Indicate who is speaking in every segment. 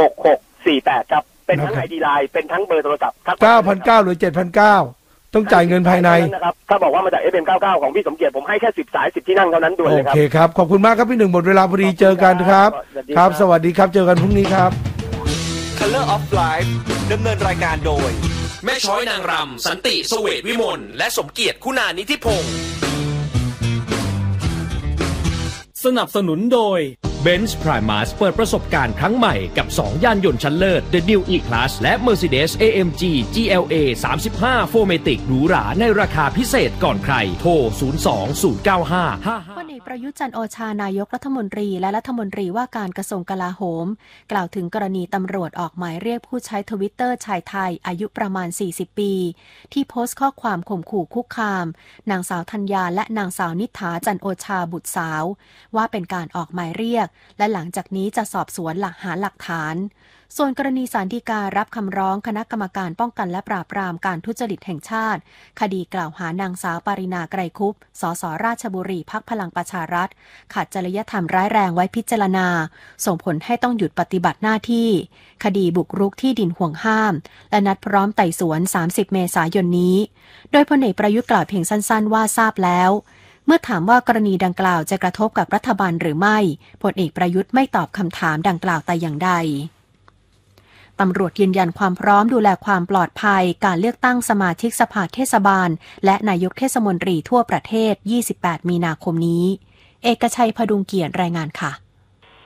Speaker 1: หกหกสี่แปดครับ เป็นทั้ง
Speaker 2: นะครั
Speaker 1: ไอบ ดีไลน์เป็นทั้งเบอร์โทรศัพท์ทักม
Speaker 2: เก้าพัน
Speaker 1: ครับ
Speaker 2: เก้าหรือเจ็ดพันเก้าต้องจ่ายเงินภายใน
Speaker 1: นะครับ ถ้าบอกว่ามาจากเอฟเอ็มเก้าเก้าของพี่สมเกียรติผมให้แค่สิบสายสิบที่นั่งเท่านั้นด่วน
Speaker 2: โอ
Speaker 1: เลยครับ
Speaker 2: เคครับ ขอบคุณมากครับพี่หนึ่งหมดเวลาพอดี
Speaker 1: ขอบคุณ
Speaker 2: เจอกันครับ
Speaker 1: ครับ
Speaker 2: ครับ สวัสดีครับ เจอกันพรุ่งนี้ครับ
Speaker 3: Color of Life ดำเนินรายการโดย
Speaker 4: แม่ช้อยนางรำ สันติสเวทวิมลและสมเกียรติคุณานิธิพงศ์
Speaker 5: สนับสนุนโดย Benz Primus เปิดประสบการณ์ครั้งใหม่กับ 2 ย่านยนต์ชั้นเลิศ The New E Class และ Mercedes AMG GLA 35 4 m a t i c หรูหราในราคาพิเศษก่อนใคร โทร
Speaker 6: พล
Speaker 5: 0209555
Speaker 6: เอกประยุทธ์จันทร์โอชานายกรัฐมนตรีและรัฐมนตรีว่าการกระทรวงกลาโหม กล่าวถึงกรณีตำรวจออกหมายเรียกผู้ใช้ทวิตเตอร์ชายไทยอายุประมาณ 40 ปี ที่โพสต์ข้อความข่มขู่คุกคาม นางสาวธัญญาและนางสาวนิฐาจันทร์โอชาบุตรสาว ว่าเป็นการออกหมายเรียก และหลังจากนี้จะสอบสวนหลักหาหลักฐาน ส่วนกรณีสารฎีการับคำร้องคณะกรรมการป้องกันและปราบปรามการทุจริตแห่งชาติ คดีกล่าวหานางสาวปรินาไกรคุปสสราชบุรีพักพลังประชารัฐ ขาดจริยธรรมร้ายแรงไว้พิจารณา ส่งผลให้ต้องหยุดปฏิบัติหน้าที่ คดีบุกรุกที่ดินห่วงห้าม และนัดพร้อมไต่สวน 30 เมษายนนี้ โดยพลเอกประยุทธ์กล่าวเพียงสั้นๆ ว่าทราบแล้ว เมื่อถามว่ากรณีดังกล่าวจะกระทบกับรัฐบาลหรือไม่พลเอกประยุทธ์ไม่ตอบคำถามดังกล่าวแต่อย่างใด ตำรวจยืนยันความพร้อมดูแลความปลอดภัย การเลือกตั้งสมาชิกสภาเทศบาล และนายกเทศมนตรีทั่วประเทศ 28 มีนาคมนี้ เอกชัยพดุงเกียรติรายงานค่ะ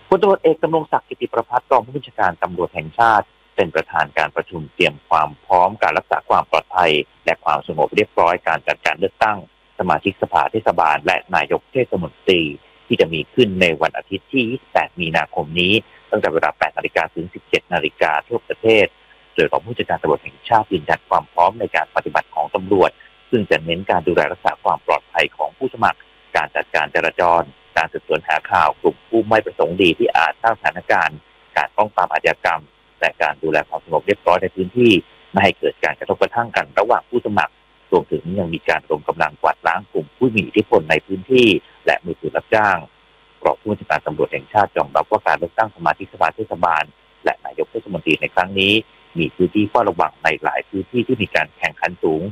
Speaker 7: พลตำรวจเอกดำรงศักดิ์กิติประพัฒน์รองผู้บัญชาการตำรวจแห่งชาติ เป็นประธานการประชุมเตรียมความพร้อมการรักษาความปลอดภัย และความสงบเรียบร้อยการจัดการเลือกตั้ง สมาชิกสภาเทศบาล และนายกเทศมนตรี ที่จะมีขึ้นในวันอาทิตย์ที่ 28 มีนาคมนี้ ตั้งแต่เวลา 8 นาฬิกาถึง 17 นาฬิกาทั่วประเทศ โดยรองผู้จัดการตำรวจแห่งชาติยืนยันความพร้อมในการปฏิบัติของตำรวจ ซึ่งจะเน้นการดูแลรักษาความปลอดภัยของผู้สมัคร การจัดการจราจร การสืบสวนหาข่าวกลุ่มผู้ไม่ประสงค์ดีที่อาจสร้างสถานการณ์ การป้องปรามอาชญากรรม และการดูแลความสงบเรียบร้อยในพื้นที่ ไม่ให้เกิดการกระทบกระทั่งกันระหว่างผู้สมัคร รวมถึงยังมีการรวมกำลังกวาดล้างกลุ่มผู้มีอิทธิพลในพื้นที่ และมือถือรับจ้างกรองผู้บัญชาการตำรวจแห่งชาติยอมรับว่าการเลือกตั้งสมาชิกสภาเทศบาล และนายกเทศมนตรีในครั้งนี้ มีพื้นที่เฝ้าระวังในหลายพื้นที่ที่มีการแข่งขันสูง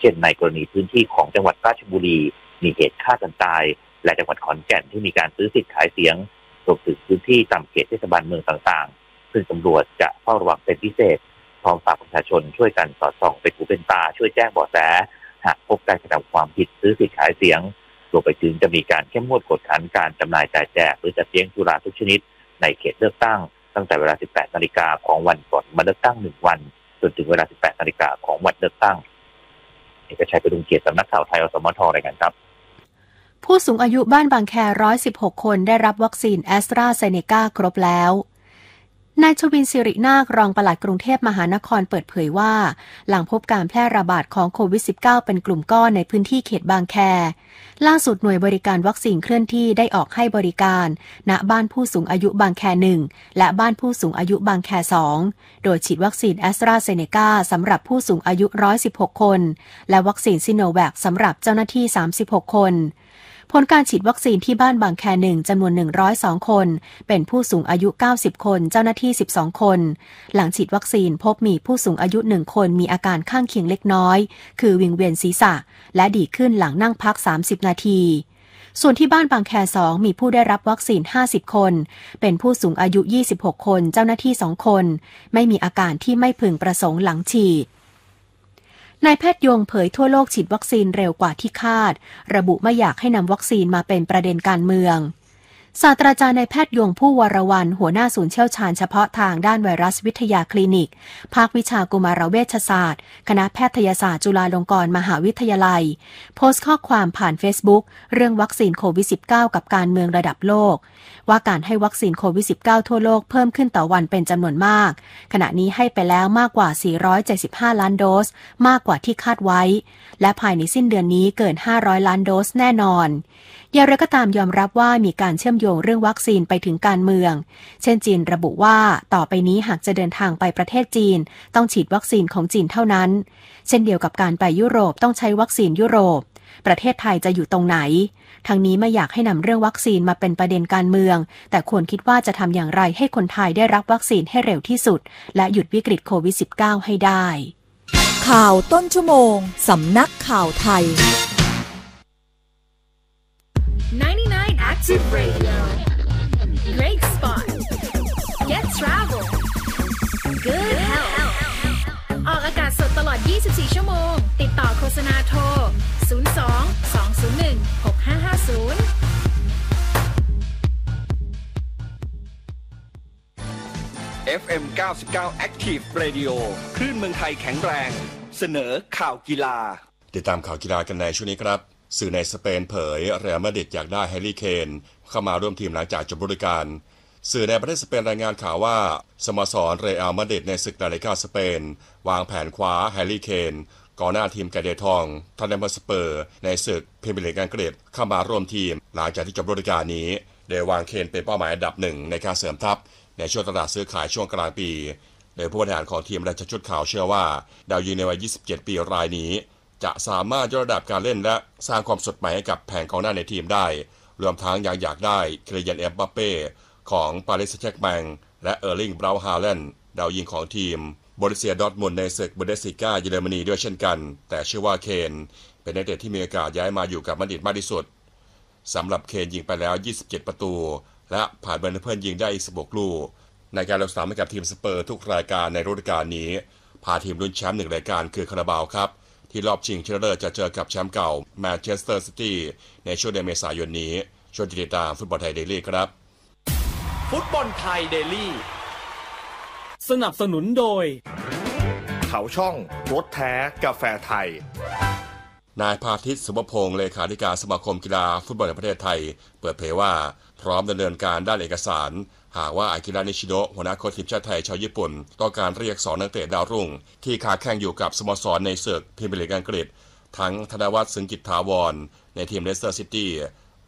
Speaker 7: เช่นในกรณีพื้นที่ของจังหวัดราชบุรี มีเหตุฆ่ากันตาย และจังหวัดขอนแก่นที่มีการซื้อสิทธิ์ขายเสียงรวมถึงพื้นที่ตามเขตเทศบาลเมืองต่างๆ ซึ่งตำรวจจะเฝ้าระวังเป็นพิเศษ พร้อมฝากประชาชนช่วยกันสอดส่องเป็นหูเป็นตาช่วยแจ้งเบาะแส หากพบการกระทำความผิดซื้อสิทธิ์ขายเสียง รวมไปถึงจะมีการเข้มงวดกวดขันการจำหน่ายจ่ายแจกหรือจัดเลี้ยงสุราทุกชนิด ในเขตเลือกตั้ง ตั้งแต่เวลา 18 นาฬิกาของวันก่อนมาเลือกตั้ง 1 วัน จนถึงเวลา 18 นาฬิกาของวันเลือกตั้ง เอกชัยประดุงเกียรติสำนักข่าวไทยอสมทรายงานครับ
Speaker 6: ผู้สูงอายุบ้านบางแค 116 คนได้รับวัคซีนแอสตราเซเนกาครบแล้ว นายชวินสิรินาครองปลัดกรุงเทพมหานครเปิดเผยว่า หลังพบการแพร่ระบาดของโควิด -19 เป็นกลุ่มก้อนในพื้นที่เขตบางแค ล่าสุดหน่วยบริการวัคซีนเคลื่อนที่ได้ออกให้บริการ ณบ้านผู้สูงอายุบางแคหนึ่งและบ้านผู้สูงอายุบางแคสองโดยฉีดวัคซีนแอสตราเซเนกาสำหรับผู้สูงอายุ 116 คน และวัคซีนซิโนแวคสำหรับเจ้าหน้าที่ 36 คน ผลการฉีดวัคซีนที่บ้านบางแคหนึ่งจำนวน 102 คน เป็นผู้สูงอายุ 90 คน เจ้าหน้าที่ 12 คน หลังฉีดวัคซีนพบมีผู้สูงอายุ 1 คนมีอาการข้างเคียงเล็กน้อย คือวิงเวียนศีรษะ และดีขึ้นหลังนั่งพัก 30 นาที ส่วนที่บ้านบางแคสองมีผู้ได้รับวัคซีน 50 คน เป็นผู้สูงอายุ 26 คน เจ้าหน้าที่ 2 คน ไม่มีอาการที่ไม่พึงประสงค์หลังฉีด นายแพทย์ยงเผยทั่วโลกฉีดวัคซีนเร็วกว่าที่คาด ระบุไม่อยากให้นำวัคซีนมาเป็นประเด็นการเมือง ศาสตราจารย์นายแพทย์ยงผู้วรวันหัวหน้าศูนย์เชี่ยวชาญเฉพาะทางด้านไวรัสวิทยาคลินิก ภาควิชากุมารเวชศาสตร์ คณะแพทยศาสตร์จุฬาลงกรณ์มหาวิทยาลัย โพสต์ข้อความผ่าน Facebook เรื่องวัคซีนโควิด -19 กับการเมืองระดับโลก ว่าการให้วัคซีนโควิด -19 ทั่วโลกเพิ่มขึ้นต่อวันเป็นจำนวนมาก ขณะนี้ให้ไปแล้วมากกว่า 475 ล้านโดส มากกว่าที่คาดไว้ และภายในสิ้นเดือนนี้เกิน 500 ล้านโดสแน่นอน อย่างไรก็ตามยอมรับว่ามีการเชื่อมโยงเรื่องวัคซีนไปถึงการเมือง เช่นจีนระบุว่าต่อไปนี้หากจะเดินทางไปประเทศจีน ต้องฉีดวัคซีนของจีนเท่านั้น เช่นเดียวกับการไปยุโรปต้องใช้วัคซีนยุโรป ประเทศไทยจะอยู่ตรงไหน ทางนี้ไม่อยากให้นำเรื่องวัคซีนมาเป็นประเด็นการเมือง แต่ควรคิดว่าจะทำอย่างไรให้คนไทยได้รับวัคซีนให้เร็วที่สุด และหยุดวิกฤตโควิด -19 ให้ได้
Speaker 8: ข่าวต้นชั่วโมง สำนักข่าวไทย
Speaker 9: 99 Active Radio. Great spot. Get travel. Good health. ออกอากาศสดตลอด 24 ชั่วโมง ติดต่อโฆษณาโทร 02 201 6550
Speaker 3: ๆ FM 99 Active Radio คลื่นเมืองไทยแข็งแรง เสนอข่าวกีฬา
Speaker 10: ติดตามข่าวกีฬากันในช่วงนี้ครับ สื่อในสเปนเผยเรอัลมาดริดอยากได้แฮร์รี่เคนเข้ามาร่วมทีมหลังจากจบฤดูกาลสื่อในประเทศสเปนรายงานข่าวว่า สโมสรเรอัลมาดริดในศึกลาลิกาสเปน วางแผนคว้าแฮร์รี่เคนกองหน้าทีมไกเดทองทันเดมสเปอร์ ในศึกพรีเมียร์ลีกอังกฤษเข้ามาร่วมทีม หลังจากที่จบฤดูกาลนี้โดยวางเคนเป็นเป้าหมายอันดับหนึ่งในการเสริมทัพ ในช่วงตลาดซื้อขายช่วงกลางปี โดยผู้บริหารของทีมและชุดข่าวเชื่อว่า ดาวยิงในวัย 27 ปีรายนี้ จะสามารถยกระดับการเล่นและสร้างความสดใหม่ให้กับแผงกองหน้าในทีมได้ รวมทั้งยังอยากได้เคลียนเอ็มบัปเป้ของปารีสแจ็กแมงและเออร์ลิงบราวฮาเลนดาวยิงของทีมบริเซียดอร์ทมุนด์ในศึกบุนเดสซิก้าเยอรมนีด้วยเช่นกัน แต่เชื่อว่าเคน เป็นนักเตะที่มีโอกาสย้ายมาอยู่กับมาดริดมากที่สุด สำหรับเคนยิงไปแล้ว 27 ประตู และผ่านเบอร์เพื่อนยิงได้อีก16ลูก ในการลงสนามให้กับทีมสเปอร์ทุกรายการในฤดูกาลนี้ พาทีมรุ่นแชมป์หนึ่งรายการคือคาราบาวครับ ที่รอบชิงชนะเลิศจะเจอกับแชมป์เก่าแมนเชสเตอร์ซิตี้ในช่วงเดือนเมษายนนี้ ช่วงติดตามฟุตบอลไทยเดลี่ครับ
Speaker 4: ฟุตบอลไทยเดลี่
Speaker 5: สนับสนุนโดย
Speaker 3: เขาช่องรถแท้กาแฟไทย
Speaker 10: นายพาทิตสุภพงศ์เลขาธิการสมาคมกีฬาฟุตบอลแห่งประเทศไทย เปิดเผยว่า พร้อมดำเนินการด้านเอกสาร หากว่าอากิระนิชิโนะหัวหน้าโค้ชทีมชาติไทยชาวญี่ปุ่น ต้องการเรียกสองนักเตะดาวรุ่ง ที่ขาแข่งอยู่กับสโมสรในศึกพรีเมียร์ลีกอังกฤษ ทั้งธนวัฒน์สึงกิจถาวร ในทีมเลสเตอร์ซิตี้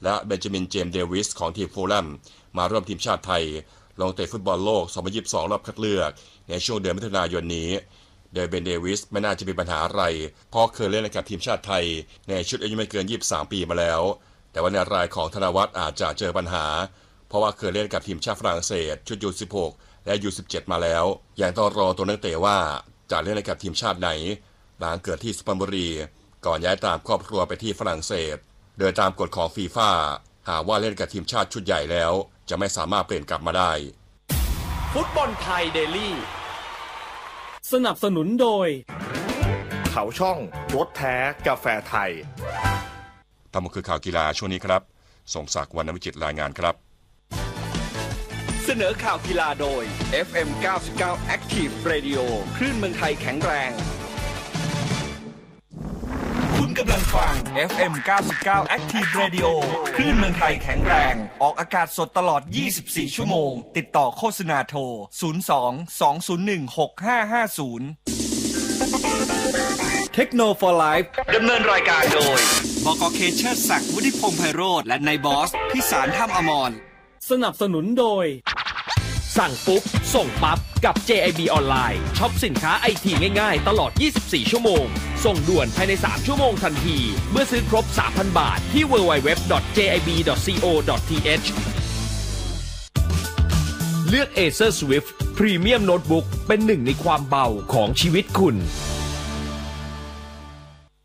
Speaker 10: และเบนจามินเจมส์เดวิสของทีมฟูลแลมมาร่วมทีมชาติไทย ลงเตะฟุตบอลโลก 2022 รอบคัดเลือก ในช่วงเดือนมิถุนายนนี้ โดยเบนเดวิสไม่น่าจะมีปัญหาอะไร เพราะเคยเล่นให้กับทีมชาติไทย ในชุดอายุไม่เกิน 23 ปีมาแล้ว แต่ว่าในรายของธนวัฒน์อาจจะเจอปัญหา เพราะว่าเคยเล่นกับทีมชาติฝรั่งเศส ชุดยู16 และยู17 มาแล้ว อย่างต้องรอตัวนักเตะว่าจะเล่นให้กับทีมชาติไหน หลังเกิดที่สุพรรณบุรี ก่อนย้ายตามครอบครัวไปที่ฝรั่งเศส โดยตามกฎของฟีฟ่าหากว่าเล่นกับทีมชาติชุดใหญ่แล้ว จะไม่สามารถเปลี่ยนกลับมาได้
Speaker 4: ฟุตบอลไทยเดลี่
Speaker 5: สนับสนุนโดย
Speaker 3: เขาช่องรถแท้กาแฟไทย
Speaker 10: ทั้งหมดคือข่าวกีฬาช่วงนี้ครับสงศักดิ์วรรณวิจิตรรายงานครับ
Speaker 3: เสนอข่าวกีฬาโดย FM 99 Active Radio คลื่นเมืองไทยแข็งแรง คุณกำลังฟัง FM 99 Active Radio คลื่นเมืองไทยแข็งแรง ออกอากาศสดตลอด 24 ชั่วโมง ติดต่อโฆษณาโทร 02 201 6550 เทคโนโลยีดำเนินรายการโดย บกเคเชอร์ศักดิ์วุฒิพงษ์ไพโรธและนายบอส พิสารท่ามอมร
Speaker 5: สนับสนุนโดย สั่งปุ๊บ ส่งปั๊บ กับ JIB ออนไลน์ช็อปสินค้าไอทีง่ายๆ ตลอด 24 ชั่วโมง ส่งด่วนภายใน 3 ชั่วโมงทันที เมื่อซื้อครบ 3,000 บาท ที่ www.jib.co.th เลือก Acer Swift Premium Notebook เป็นหนึ่งในความเบาของชีวิตคุณ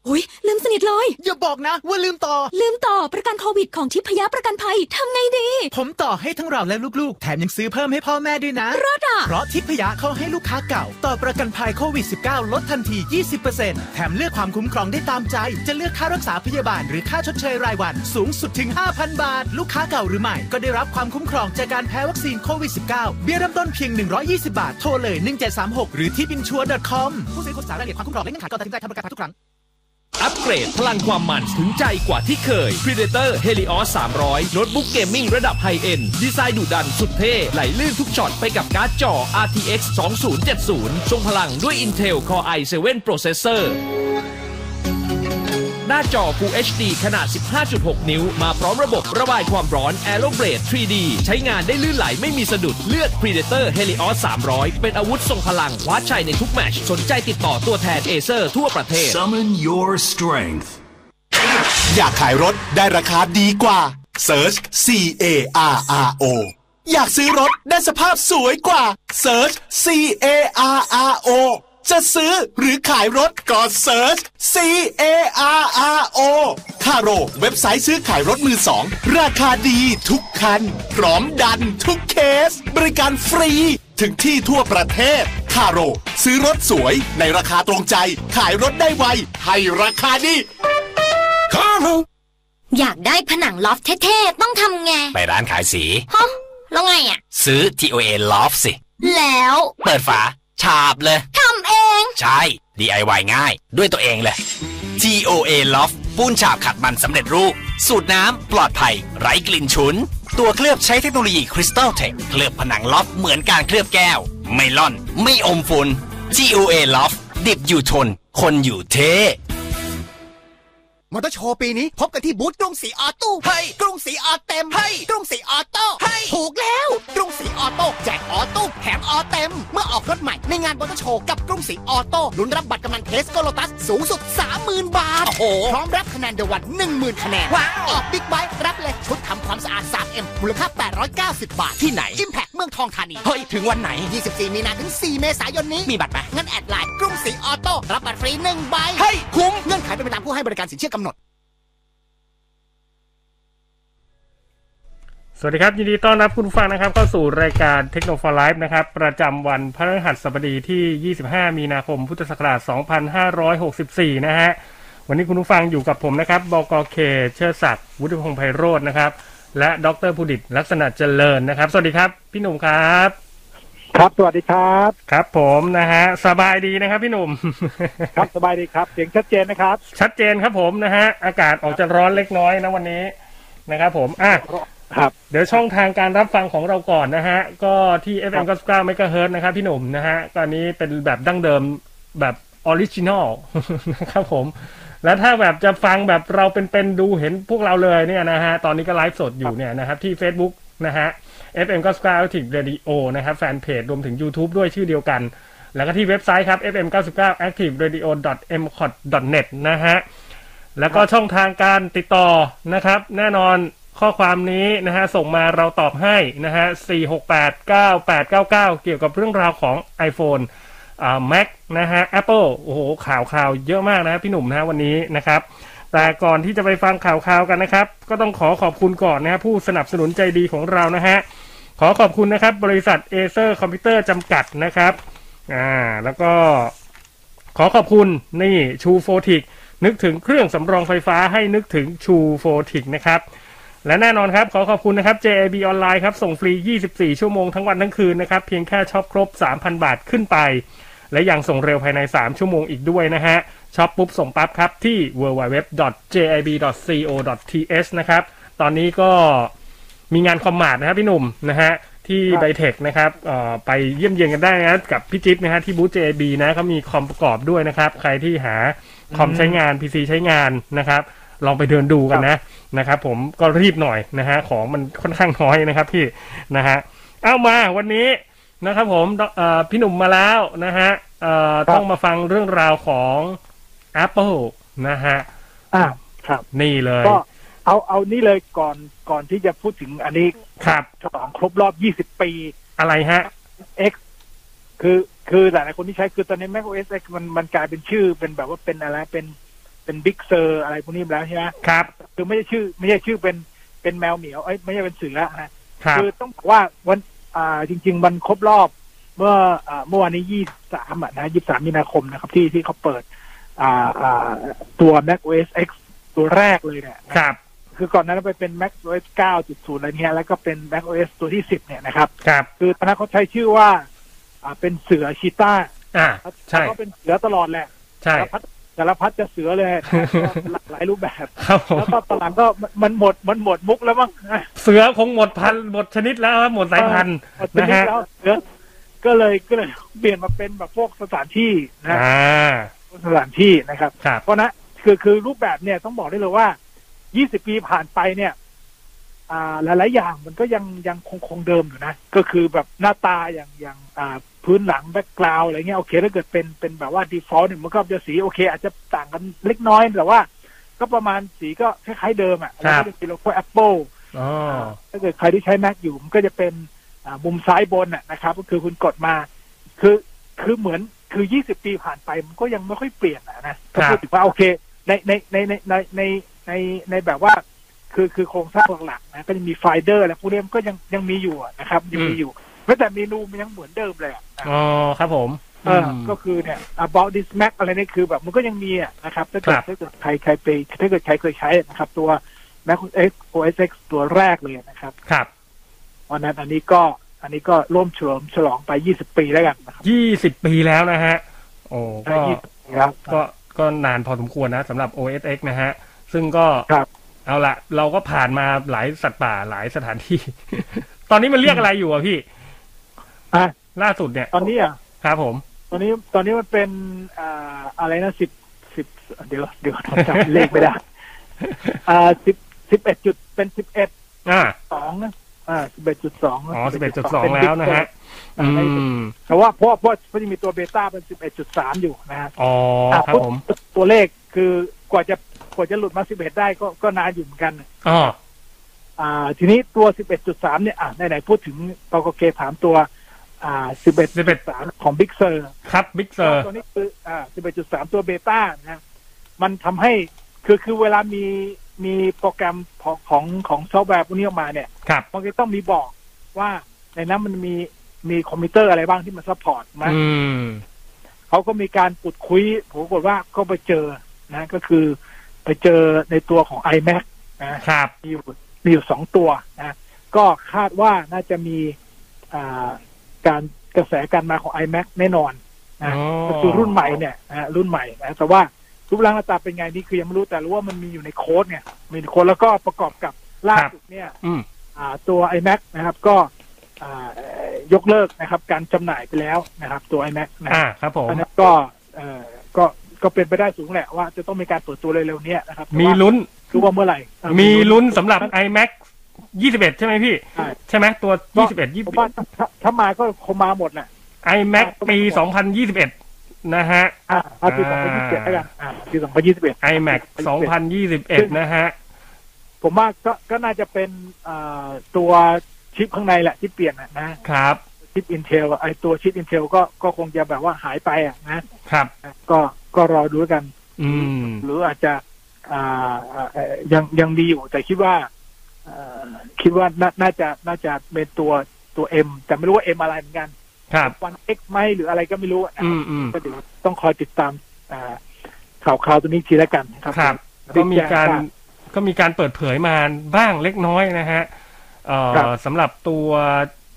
Speaker 8: อุ้ยลืมสนิทเลย
Speaker 11: อย่าบอกนะว่าลืมต่อ
Speaker 8: ลืมต่อประกันโควิดของทิพยประกันภัยทำไงดี
Speaker 11: ผมต่อให้ทั้งเราและลูกๆ แถมยังซื้อเพิ่มให้พ่อแม่ด้วยนะ
Speaker 8: รอดอ่ะ
Speaker 11: เพราะทิพยะเขาให้ลูกค้าเก่า ต่อประกันภัยโควิด -19 ลดทันที 20%แถมเลือกความคุ้มครองได้ตามใจ จะเลือกค่ารักษาพยาบาล หรือค่าชดเชยรายวัน สูงสุดถึง 5,000 บาท ลูกค้าเก่าหรือใหม่ ก็ได้รับความคุ้มครองจากการแพ้วัคซีนโควิด -19 เบี้ยเริ่มต้นเพียง 120 บาท โทรเลย 1736 หรือที่บินชัวร์ .com ผู้ซื้อควรศึกษารายละเอียดความคุ้มครองและเงื่อนไขก่อนตัดสินใจทำประกันภัยทุกครั้ง
Speaker 5: อัปเกรดพลังความมันถึงใจกว่าที่เคย Predator Helios 300 โน้ตบุ๊กเกมมิ่งระดับไฮเอ็นดีไซน์ดุดันสุดเท่ ไหลลื่นทุกช็อตไปกับการ์ดจอ RTX 2070 ทรงพลังด้วย Intel Core i7 Processor หน้าจอ Full HD ขนาด 15.6 นิ้ว มาพร้อมระบบระบายความร้อน Aeroblade 3D ใช้งานได้ลื่นไหลไม่มีสะดุด เลือก Predator Helios 300 เป็นอาวุธทรงพลังคว้าชัยในทุกแมตช์สนใจติดต่อตัวแทน Acer ทั่วประเทศ
Speaker 12: Summon your strength. อยากขายรถได้ราคาดีกว่า Search C A R R O อยากซื้อรถได้สภาพสวยกว่า Search C A R R O จะซื้อหรือขายรถก็ Search C A R R O คาโรเว็บไซต์ซื้อขายรถมือสอง ราคาดีทุกคัน พร้อมดันทุกเคส บริการฟรี ถึงที่ทั่วประเทศ คาโร ซื้อรถสวยในราคาตรงใจ ขายรถได้ไว ให้ราคาดี คาโร
Speaker 13: อยากได้ผนังล็อฟเท่ๆ ต้องทำไง
Speaker 14: ไปร้านขายสี
Speaker 13: ฮะแล้วไงอ่ะ
Speaker 14: ซื้อ TOA Loft สิ
Speaker 13: แล้ว
Speaker 14: เปิดฝา ฉาบเลย
Speaker 13: ทำเอง
Speaker 14: ใช่ DIY ง่าย ด้วยตัวเองเลย TOA Loft ปูนฉาบขัดมันสำเร็จรูป สูตรน้ำปลอดภัย ไร้กลิ่นฉุน ตัวเคลือบใช้เทคโนโลยีคริสตัลเทคเคลือบผนังล็อฟเหมือนการเคลือบแก้ว ไม่ล่อน ไม่อมฝุ่น TOA Loft ดิบอยู่ทน คนอยู่เท่
Speaker 15: มอเตอร์โชว์ปีนี้พบกันที่บูธกรุงศรีออโต้ให้กรุงศรีออเต็มให้กรุงศรีออโต้ให้ถูกแล้ว กรุงศรีออโต้แจกออโต้แถมออเต็ม เมื่อออกรถใหม่ในงานมอเตอร์โชว์กับกรุงศรีออโต้ลุ้นรับบัตรกำนันเทสโกโลตัส สูงสุด 30,000 บาท พร้อมรับคะแนนเดอะวัน10,000 คะแนนออกบิ๊กไบค์รับเลยชุดทำความสะอาด 3M มูลค่า 890 บาทที่ไหนอิมแพคเมืองทองธานีเฮ้ยถึงวันไหน 24 มีนาถึง 4 เมษายนนี้มีบัตรไหมงั้นแอดไลน์กรุงศรีออโต้รับบัตรฟรีหนึ่งใบเฮ้ยคุ้มเงื่อนไขเป็นไปตามผู้ให้บริการสินเชื่อกำหนด
Speaker 16: สวัสดีครับ ยินดีต้อนรับคุณผู้ฟังนะครับ เข้าสู่รายการ t e c h n o f o r Life นะครับ ประจำวันพฤหัสบดีที่ 25 มีนาคม พุทธศักราช 2564 นะฮะ วันนี้คุณผู้ฟังอยู่กับผมนะครับ บกเค เชิดศักดิ์วุฒิพงษ์ไพโรจน์นะครับ และดรพูดิตลักษณะเจริญนะครับ สวัสดีครับ พี่หนุ่มครับ ครับ สวัสดีครับ ครับผมนะฮะ สบายดีนะครับ พี่หนุ่ม ครับ สบายดีครับ เสียงชัดเจนนะครับ ชัดเจนครับผมนะฮะ อากาศออกจะร้อนเล็กน้อยนะวันนี้นะครับผม อ่ะ ครับเดี๋ยวช่องทางการรับฟังของเราก่อนนะฮะ ก็ที่ FM 99 MHz นะครับพี่หนุ่มนะฮะตอนนี้เป็นแบบดั้งเดิมแบบออริจินอล นะครับผม แล้วถ้าแบบจะฟังแบบเราเป็นๆดูเห็นพวกเราเลยเนี่ยนะฮะ ตอนนี้ก็ไลฟ์สดอยู่เนี่ยนะครับ ที่ Facebook นะฮะ FM 99 Active Radio นะครับ แฟนเพจรวมถึง YouTube ด้วยชื่อเดียวกัน แล้วก็ที่เว็บไซต์ครับ fm 99 active radio m c o t net นะฮะ แล้วก็ช่องทางการติดต่อนะครับ แน่นอนข้อความนี้นะฮะ ส่งมาเราตอบให้นะฮะ 4689899 เกี่ยวกับเรื่องราวของ iPhone อ่า Mac นะฮะ Apple โอ้โห ข่าวข่าวเยอะมากนะฮะพี่หนุ่มนะฮะวันนี้นะครับ แต่ก่อนที่จะไปฟังข่าวข่าวกันนะครับ ก็ต้องขอขอบคุณก่อนนะฮะผู้สนับสนุนใจดีของเรานะฮะ ขอขอบคุณนะครับ บริษัท Acer Computer จำกัดนะครับอ่าแล้วก็ ขอขอบคุณนี่ชูโฟติกนึกถึงเครื่องสำรองไฟฟ้าให้นึกถึงชูโฟติกนะครับ และแน่นอนครับ ขอขอบคุณนะครับ JAB ออนไลน์ครับ ส่งฟรี 24 ชั่วโมงทั้งวันทั้งคืนนะครับ เพียงแค่ช็อปครบ 3,000 บาทขึ้นไป และยังส่งเร็วภายใน 3 ชั่วโมงอีกด้วยนะฮะช็อปปุ๊บ ส่งปั๊บครับ ที่ www.jab.co.th นะครับ ตอนนี้ก็มีงานคอมมาดนะครับพี่หนุ่มนะฮะ ที่ไบเทคนะครับเอ่อไปเยี่ยมเยียนกันได้นะกับพี่จิ๊บนะฮะที่บูธ JAB นะเขามีคอมประกอบด้วยนะครับ ใครที่หาคอมใช้งาน PC ใช้งานนะครับ ลองไปเดินดูกันนะนะครับ ผมก็รีบหน่อยนะฮะของมันค่อนข้างน้อยนะครับพี่นะฮะเอามาวันนี้นะครับผมเอ่อพี่หนุ่มมาแล้วนะฮะเอ่อต้องมาฟังเรื่องราวของ Apple นะฮะ
Speaker 17: อ่าครับ
Speaker 16: นี่เลย
Speaker 17: ก็เอาเอานี่เลยก่อนก่อนที่จะพูดถึงอันนี้
Speaker 16: ครับ
Speaker 17: ฉลองครบรอบ 20 ปี
Speaker 16: อะไรฮะ
Speaker 17: X คือคือหลายๆคนที่ใช้คือตอนนี้ Mac OS X มันมันกลายเป็นชื่อเป็นแบบว่าเป็นอะไรเป็นเป็นบิ๊กเซอร์อะไรพวกนี้ไปแล้วใช่ไหม
Speaker 16: ครับ
Speaker 17: คือไม่ใช่ชื่อ ไม่ใช่ชื่อเป็นเป็นแมวเหมียวเอ้ยไม่ใช่เป็นเสือฮะ
Speaker 16: ครับ
Speaker 17: อต้องบอกว่าวันอ่าจริง ๆ มันครบรอบ เมื่ออ่าเมื่อวานนี้ยี่สามนะยี่สามมีนาคมนะครับ ที่ที่เขาเปิด อ่าอ่าตัว Mac OS X ตัวแรกเลยเนี่ย
Speaker 16: ครับ
Speaker 17: คือก่อนหนานั้นไปเป็น Mac OS 9.0 อะไรเงี้ยแล้วก็เป็น Mac OS ตัวที่ 10 เนี่ยนะครับ
Speaker 16: ครับ
Speaker 17: คือตอนนั้นเขาใช้ชื่อว่า อ่าเป็นเสือชีตา
Speaker 16: อ่าใช่
Speaker 17: เขาเป็นเสือตลอดแหละ
Speaker 16: ใช่
Speaker 17: สารพัดสารพัดจะเสือเลยหลากหลายรูปแบบ
Speaker 16: ครับผม
Speaker 17: แล้วก็ตอนหลังก็มันหมดมันหมดมุกแล้วมั้ง
Speaker 16: เสือคงหมดพันธุ์หมดชนิดแล้วครับหมดสายพันธุ์
Speaker 17: เออ
Speaker 16: นะฮะ
Speaker 17: แล้วเสือก็เลยก็เลยเปลี่ยนมาเป็นแบบพวกสถานที่นะ
Speaker 16: อ่า
Speaker 17: สถานที่นะครับ
Speaker 16: ครับ
Speaker 17: เพราะนะคือคือรูปแบบเนี่ยต้องบอกได้เลยว่า 20 ปีผ่านไปเนี่ย อ่าหลายๆอย่างมันก็ยังยังคงคงเดิมอยู่นะ ก็คือแบบหน้าตาอย่างอย่างอ่าพื้นหลังแบ็กกราวอะไรเงี้ยโอเคถ้าเกิดเป็นเป็นแบบว่า default เนี่ยมันก็จะสีโอเค อาจจะต่างกันเล็กน้อยแต่ว่า ก็ประมาณสีก็คล้ายๆเดิมอ่ะ
Speaker 16: ครั
Speaker 17: แล้ว
Speaker 16: บ
Speaker 17: ก็จะมีโลโก้แอปเปิล
Speaker 16: อ๋อ
Speaker 17: ถ้าเกิดใครที่ใช้ Mac อยู่มันก็จะเป็นอ่ามุมซ้ายบนน่ะนะครับ ก็คือคุณกดมา คือคือเหมือนคือ 20 ปีผ่านไปมันก็ยังไม่ค่อยเปลี่ยนอะนะ
Speaker 16: ครั
Speaker 17: ก็
Speaker 16: บ
Speaker 17: พูดถึงว่าโอเคในในในในในในในในแบบว่า คือคือโครงสร้างหลักๆนะก็จะมีไฟเดอร์อะไรพวกนี้มันก็ยังยังมีอยู่อะนะครับยังมีอยู่แม้แต่เมนูมันยังเหมือนเดิมเลยอะ
Speaker 16: อ๋อครับผม
Speaker 17: เออ
Speaker 16: ม
Speaker 17: ก็คือเนี่ย about this Mac อะไรเนี่ยคือแบบมันก็ยังมีอะนะครับถ้าเกิด
Speaker 16: ครับ
Speaker 17: ถ้าเกิดใครใครไปถ้าเกิดใครเคยใช้อะนะครับ ตัว Mac OS X ตัวแรกเลยนะครับ
Speaker 16: ครับ
Speaker 17: วันนั้นอันนี้ก็อันนี้ก็ร่วมเฉลิมฉลองไป 20 ปีแล้วกันนะครับ
Speaker 16: ยี่สิบปีแล้วนะฮะ โอ้ก็
Speaker 17: ยี่สิบปีแล้ว
Speaker 16: ก็ก็นานพอสมควรนะสำหรับ OS X นะฮะ ซึ่งก็เอาละเราก็ผ่านมาหลายสัตว์ป่าหลายสถานที่ ตอนนี้มันเรียกอะไรอยู่อ่ะพี่
Speaker 17: อ่ะ
Speaker 16: ล่าสุดเนี่ย
Speaker 17: ตอนนี้อ่ะ
Speaker 16: ครับผม
Speaker 17: ตอนนี้ตอนนี้มันเป็นอ่าอะไรนะสิบสิบเดี๋ยวเดี๋ยวจำเลข ไม่ได้ อ่าสิบสิบเอ็ดจุดเป็นสิบเอ็ด
Speaker 16: อ่า
Speaker 17: สองนะอ่าสิบเอ็ดจุดสอง
Speaker 16: อ๋อ11.2แล้วนะฮะ อืม
Speaker 17: แต่ว่าเพราะเพราะเพราะยังมีตัวเบต้าเป็นสิบเอ็ดจุดสามอยู่นะฮะ
Speaker 16: อ๋อครับผม
Speaker 17: ตัวเลขคือกว่าจะกว่าจะหลุดมาสิบเอ็ดได้ก็ก็นานอยู่เหมือนกัน
Speaker 16: อ๋อ
Speaker 17: อ่า ทีนี้ตัวสิบเอ็ดจุดสามเนี่ยอ่าไหนๆพูดถึงปกเกถามตัว อ่าสิบเอ็ด
Speaker 16: สิบเอ็ด
Speaker 17: สามของบิ๊กเซอร์
Speaker 16: ครับบิ๊กเซอร์
Speaker 17: ตัวนี้คืออ่าสิบเอ็ดจุดสามตัวเบต้านะ มันทำให้คือคือเวลามีมีโปรแกรมของของของซอฟต์แวร์พวกนี้ออกมาเนี่ย
Speaker 16: ครับ
Speaker 17: มันก็ต้องมีบอกว่าในนั้นมันมีมีคอมพิวเตอร์อะไรบ้างที่มันซัพพอร์ตไหม
Speaker 16: อืม
Speaker 17: เขาก็มีการปุดคุยผมปรากฏว่าก็ไปเจอนะก็คือไปเจอในตัวของ iMac นะครับ มีอยู่มีอยู่สองตัวนะก็คาดว่าน่าจะมีอ่าการกระแสการมาของ iMac แน่นอนนะ
Speaker 16: อ๋อ
Speaker 17: ก็คือรุ่นใหม่เนี่ยนะรุ่นใหม่นะแต่ว่ารูปร่างหน้าตาเป็นไงนี่คือยังไม่รู้แต่รู้ว่ามันมีอยู่ในโค้ดเนี่ยมีในโค้ดแล้วก็ประกอบกับล่าสุดเนี่ย
Speaker 16: อืม
Speaker 17: อ่าตัว iMac นะครับก็อ่าเอ่อยกเลิกนะครับ การจำหน่ายไปแล้วนะครับ ตัว iMac นะ
Speaker 16: อ่าครับผม
Speaker 17: อันนั้นก็เอ่อก็ก็เป็นไปได้สูงแหละว่าจะต้องมีการเปิดตัวเร็วๆเนี้ยนะครับแต่ว่า
Speaker 16: มีลุ้น
Speaker 17: คือว่าเมื่อไหร่เอ่อ
Speaker 16: มีลุ้นสำหรับ iMac 21 ใช่ไหมพี่ ใช่ไหมตัว 21
Speaker 17: ผมว่าถ้าถ้าถ้ามาก็คงมาหมดแหละ
Speaker 16: 20 iMac ปี 2021 นะฮะ
Speaker 17: อ่าเอาปีสองพันยี่สิบเจ็ดแล้วกันอ่าปีสองพันยี่สิบเอ็ด
Speaker 16: iMac 2021 นะฮะ
Speaker 17: ผมว่าก็ก็น่าจะเป็นอ่าตัวชิปข้างในแหละที่เปลี่ยนนะนะ
Speaker 16: ครับ
Speaker 17: ชิป Intel อะไอตัวชิป Intel ก็ก็คงจะแบบว่าหายไปอ่ะนะ
Speaker 16: ครับ
Speaker 17: ก็ก็รอดูแล้วกัน
Speaker 16: อืม
Speaker 17: หรืออาจจะอ่าอ่าเอ่อยังยังดีอยู่แต่คิดว่าเอ่อคิดว่าน่าน่าจะน่าจะเป็นตัวตัวเอ็มแต่ไม่รู้ว่าเอ็มอะไรเหมือนกัน
Speaker 16: ครับ
Speaker 17: วันเอ็กไหมหรืออะไรก็ไม่รู้อะนะ
Speaker 16: อืมอืม
Speaker 17: ก็เดี๋ยวต้องคอยติดตามอ่าข่าวคราวตัวนี้อีกทีแล้วกันนะครับ
Speaker 16: ครับ
Speaker 17: ครับ
Speaker 16: ก็มีการ
Speaker 17: ครับ
Speaker 16: ก็มีการเปิดเผยมาบ้างเล็กน้อยนะฮะเอ่อ
Speaker 17: ครับ
Speaker 16: สำหรับตัว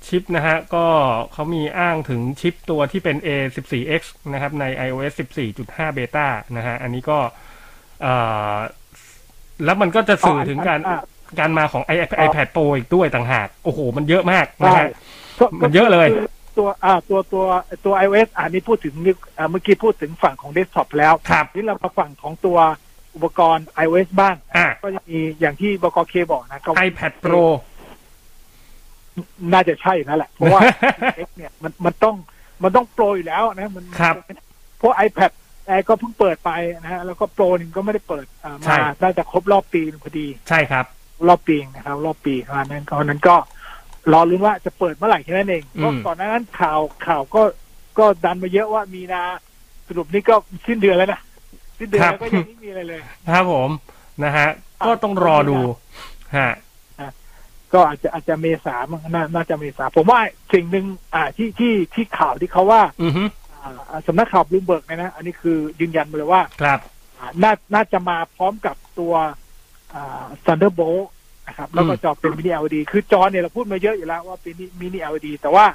Speaker 16: ชิปนะฮะ ก็เขามีอ้างถึงชิปตัวที่เป็น A14X นะครับ ใน iOS 14.5 Beta นะฮะ อันนี้ก็เอ่อแล้วมันก็จะสื่อถึงการการมาของ i- iPad Pro อีกด้วยต่างหาก โอ้โห มันเยอะมากนะฮะ
Speaker 17: ก็
Speaker 16: มันเยอะเลย
Speaker 17: ก็คือตัวอ่าตัวตัวตัว iOS อันนี้พูดถึงนี่อ่าเมื่อกี้พูดถึงฝั่งของเดสก์ท็อปแล้ว
Speaker 16: ครับ
Speaker 17: นี่เรามาฝั่งของตัวอุปกรณ์ iOS บ้าง
Speaker 16: อ่ะ
Speaker 17: ก็จะมีอย่างที่บกเคบอกนะก็
Speaker 16: iPad Pro
Speaker 17: น่าจะใช่นั่นแหละ เพราะว่า X เนี่ยมันมันต้องมันต้องโปรอยู่แล้วนะมัน
Speaker 16: ครับ
Speaker 17: เพราะ iPad ไอ้ก็เพิ่งเปิดไปนะฮะแล้วก็โปรนึงก็ไม่ได้เปิดอ่า
Speaker 16: ใช่
Speaker 17: มาน่าจะครบรอบปีนึงพอดี
Speaker 16: ใช่ครับ
Speaker 17: รอบปีนะครับ รอบปีประมาณนั้นก็นั้นก็รอรุ้นว่าจะเปิดเมื่อไหร่แค่นั้นเอง
Speaker 16: อืม
Speaker 17: เพราะก่อนหน้านั้นข่าวข่าวก็ก็ดันมาเยอะว่ามีนาสรุปนี่ก็สิ้นเดือนแล้วนะสิ้นเดือนแล้วก็ยังไม่มีอะไรเลย
Speaker 16: ครับผมนะฮะ ก็ต้องรอดูฮะ
Speaker 17: ก็อาจจะอาจจะเมษามั้งนาน่าจะเมษาผมว่าสิ่งหนึ่งอ่าที่ที่ที่ข่าวที่เขาว่า
Speaker 16: อือฮึ
Speaker 17: อ่าสำนักข่าวบลูเบิร์กเนี่ยนะ อันนี้คือยืนยันมาเลยว่า
Speaker 16: ครับ
Speaker 17: อ่าน่าน่าจะมาพร้อมกับตัวซันเดอร์โบลนะครับ แล้วก็
Speaker 16: อืม
Speaker 17: จอเป็นมินิ LED คือจอเนี่ยเราพูดมาเยอะอยู่แล้วว่าเป็นมินิ LED แต่ว่า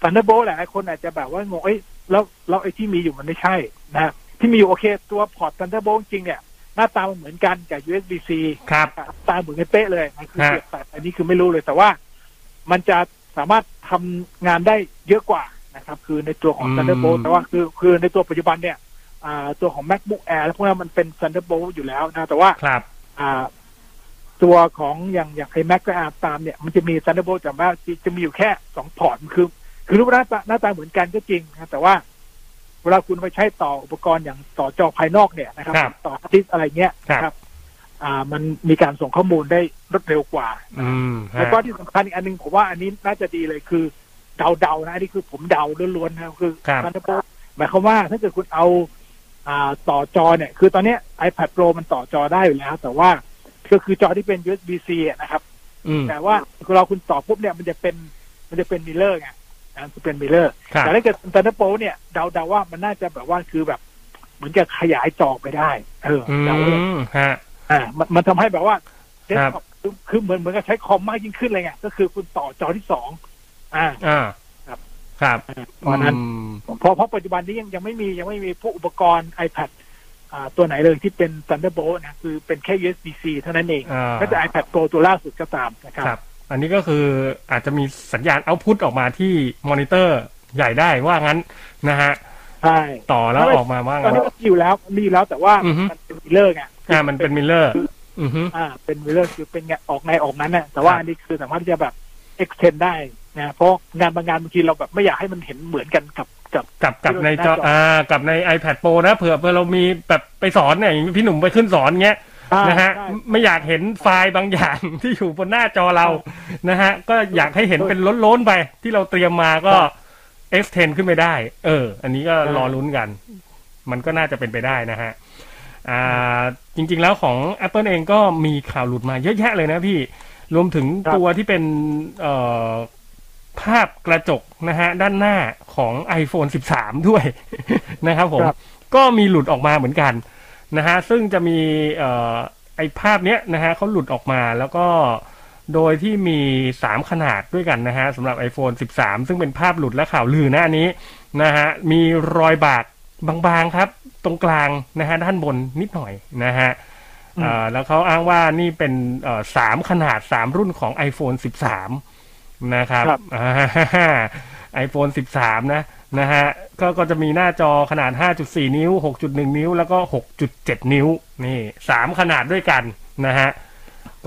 Speaker 17: ซันเดอร์โบลหลายๆคนอาจจะแบบว่างงเอ้ยแล้วแล้วไอ้ที่มีอยู่มันไม่ใช่นะที่มีอยู่โอเค ตัวพอร์ตซันเดอร์โบลจริงๆเนี่ย หน้าตามันเหมือนกันกับ USB-C
Speaker 16: ครับ
Speaker 17: ตาเหมือนกันเป๊ะเลยนะคือ
Speaker 16: ฮะ
Speaker 17: เสียบตัดอันนี้คือไม่รู้เลยแต่ว่ามันจะสามารถทำงานได้เยอะกว่านะครับ คือในตัวของ
Speaker 16: อืม
Speaker 17: Thunderbolt แต่ว่าคือคือในตัวปัจจุบันเนี่ย อ่า ตัวของ MacBook Air แล้วพวกนั้นมันเป็น Thunderbolt อยู่แล้วนะ แต่ว่า
Speaker 16: ครับ
Speaker 17: อ่า ตัวของอย่างอย่างไอ้ Mac ก็อาตามเนี่ย มันจะมี Thunderbolt แต่ว่าจะจะมีอยู่แค่สองพอร์ตมันคือ คือรูปหน้าตาหน้าตาเหมือนกันก็จริงนะครับแต่ว่า เวลาคุณไปใช้ต่ออุปกรณ์อย่างต่อจอภายนอกเนี่ยนะครับ
Speaker 16: ครับ
Speaker 17: ต่อฮาร์ดดิสก์อะไรเงี้ย
Speaker 16: ครับ
Speaker 17: นะครับ อ่ามันมีการส่งข้อมูลได้รวดเร็วกว่า
Speaker 16: อืมฮะ
Speaker 17: แล้วก็ที่สำคัญอีกอันหนึงผมว่าอันนี้น่าจะดีเลยคือเดาๆนะอันนี้คือผมเดาล้วนๆนะครับคือ
Speaker 16: ครับ
Speaker 17: มันจะบอกหมายความว่าถ้าเกิดคุณเอาอ่าต่อจอเนี่ย คือตอนเนี้ย iPad Pro มันต่อจอได้อยู่แล้ว แต่ว่าก็คือจอที่เป็น USB-C อะนะครับ
Speaker 16: อืม
Speaker 17: แต่ว่าเราคุณต่อปุ๊บเนี่ยมันจะเป็นมันจะเป็นมิเลอร์ไงนะมันจะเป็นมิเลอร์
Speaker 16: ครับ
Speaker 17: แต่ถ้าเกิดตันเดอร์โปเนี่ยเดาเดาว่ามันน่าจะแบบว่าคือแบบ เหมือนจะขยายจอไปได้ เออ
Speaker 16: อื
Speaker 17: เดาเลย
Speaker 16: มฮะ
Speaker 17: อ่ามันมันทำให้แบบว่าเดส
Speaker 16: ครั
Speaker 17: ก์
Speaker 16: บ
Speaker 17: ท็อปคือคือเหมือนเหมือนกับใช้คอมมากยิ่งขึ้นเลยไงก็คือคุณต่อจอที่สองอ่า
Speaker 16: อ่า
Speaker 17: ครับ
Speaker 16: ครับ
Speaker 17: เพราะฉะนั้น
Speaker 16: อืม
Speaker 17: เพราะเพราะปัจจุบันนี้ยังยังไม่มียังไม่มีพวกอุปกรณ์ iPad อ่าตัวไหนเลยที่เป็น Thunderbolt นะคือเป็นแค่ USB-C เท่านั้นเอง
Speaker 16: อ่า
Speaker 17: ก็จะ iPad Pro ตัวล่าสุดก็ตามนะครับ
Speaker 16: ครับ อันนี้ก็คืออาจจะมีสัญญาณเอาพุตออกมาที่มอนิเตอร์ใหญ่ได้ว่างั้นนะฮะ
Speaker 17: ใช่
Speaker 16: ต่อแล้วออกมาว่า
Speaker 17: ตอน
Speaker 16: งั้น
Speaker 17: นี้มันมีอยู่แล้วมีอยู่แล้วแต่ว่า
Speaker 16: อือฮึ
Speaker 17: มันเป็นมิลเลอร์ไง
Speaker 16: อ่ามันเป็นมิลเลอร์ อือฮึ
Speaker 17: อ่าเป็นมิลเลอร์คือเป็นไงออกในออกนั้นน่ะแต่ว่าอันนี้คือสามารถที่จะแบบ extend ได้นะเพราะงานบางงานบางทีเราแบบไม่อยากให้มันเห็นเหมือนกันกับกับ
Speaker 16: กับกับใน
Speaker 17: ที่เราได้
Speaker 16: จอ
Speaker 17: จออ่
Speaker 16: อ่ากับใน iPad Pro นะเผื่อเผื่อเรามีแบบไปสอนเนี่ยอย่างพี่หนุ่มไปขึ้นสอนเงี้ย
Speaker 17: อ่าน
Speaker 16: นะฮะ
Speaker 17: ใช่
Speaker 16: ไม่อยากเห็นไฟล์บางอย่าง ที่อยู่บนหน้าจอเรานะฮะ ก็อยากให้เห็นเป็นล้นๆไป ที่เราเตรียมมาก็ extend ขึ้นไปได้ เออ อันนี้ก็รอลุ้นกัน มันก็น่าจะเป็นไปได้นะฮะ อ่าจริงๆแล้วของ Apple เองก็มีข่าวหลุดมาเยอะแยะเลยนะพี่ รวมถึงตัวที่เป็นเอ่อภาพกระจกนะฮะ ด้านหน้าของ iPhone 13 ด้วย นะครับผม
Speaker 17: ครับ
Speaker 16: ก็มีหลุดออกมาเหมือนกันนะฮะ ซึ่งจะมีเอ่อไอภาพเนี้ยนะฮะเขาหลุดออกมาแล้วก็โดยที่มี 3 ขนาดด้วยกันนะฮะสำหรับ iPhone 13 ซึ่งเป็นภาพหลุดและข่าวลือหน้านี้นะฮะ มีรอยบาดบางๆครับ ตรงกลางนะฮะ ด้านบนนิดหน่อยนะฮะ
Speaker 17: อืม
Speaker 16: อ่าแล้วเขาอ้างว่านี่เป็นเอ่อสามขนาดสามรุ่นของ iPhone 13 นะครับ
Speaker 17: ครับ
Speaker 16: ไอโฟน13 นะนะฮะก็ก็จะมีหน้าจอขนาด 5.4 นิ้ว 6.1 นิ้ว แล้วก็ 6.7 นิ้ว นี่สามขนาดด้วยกันนะฮะ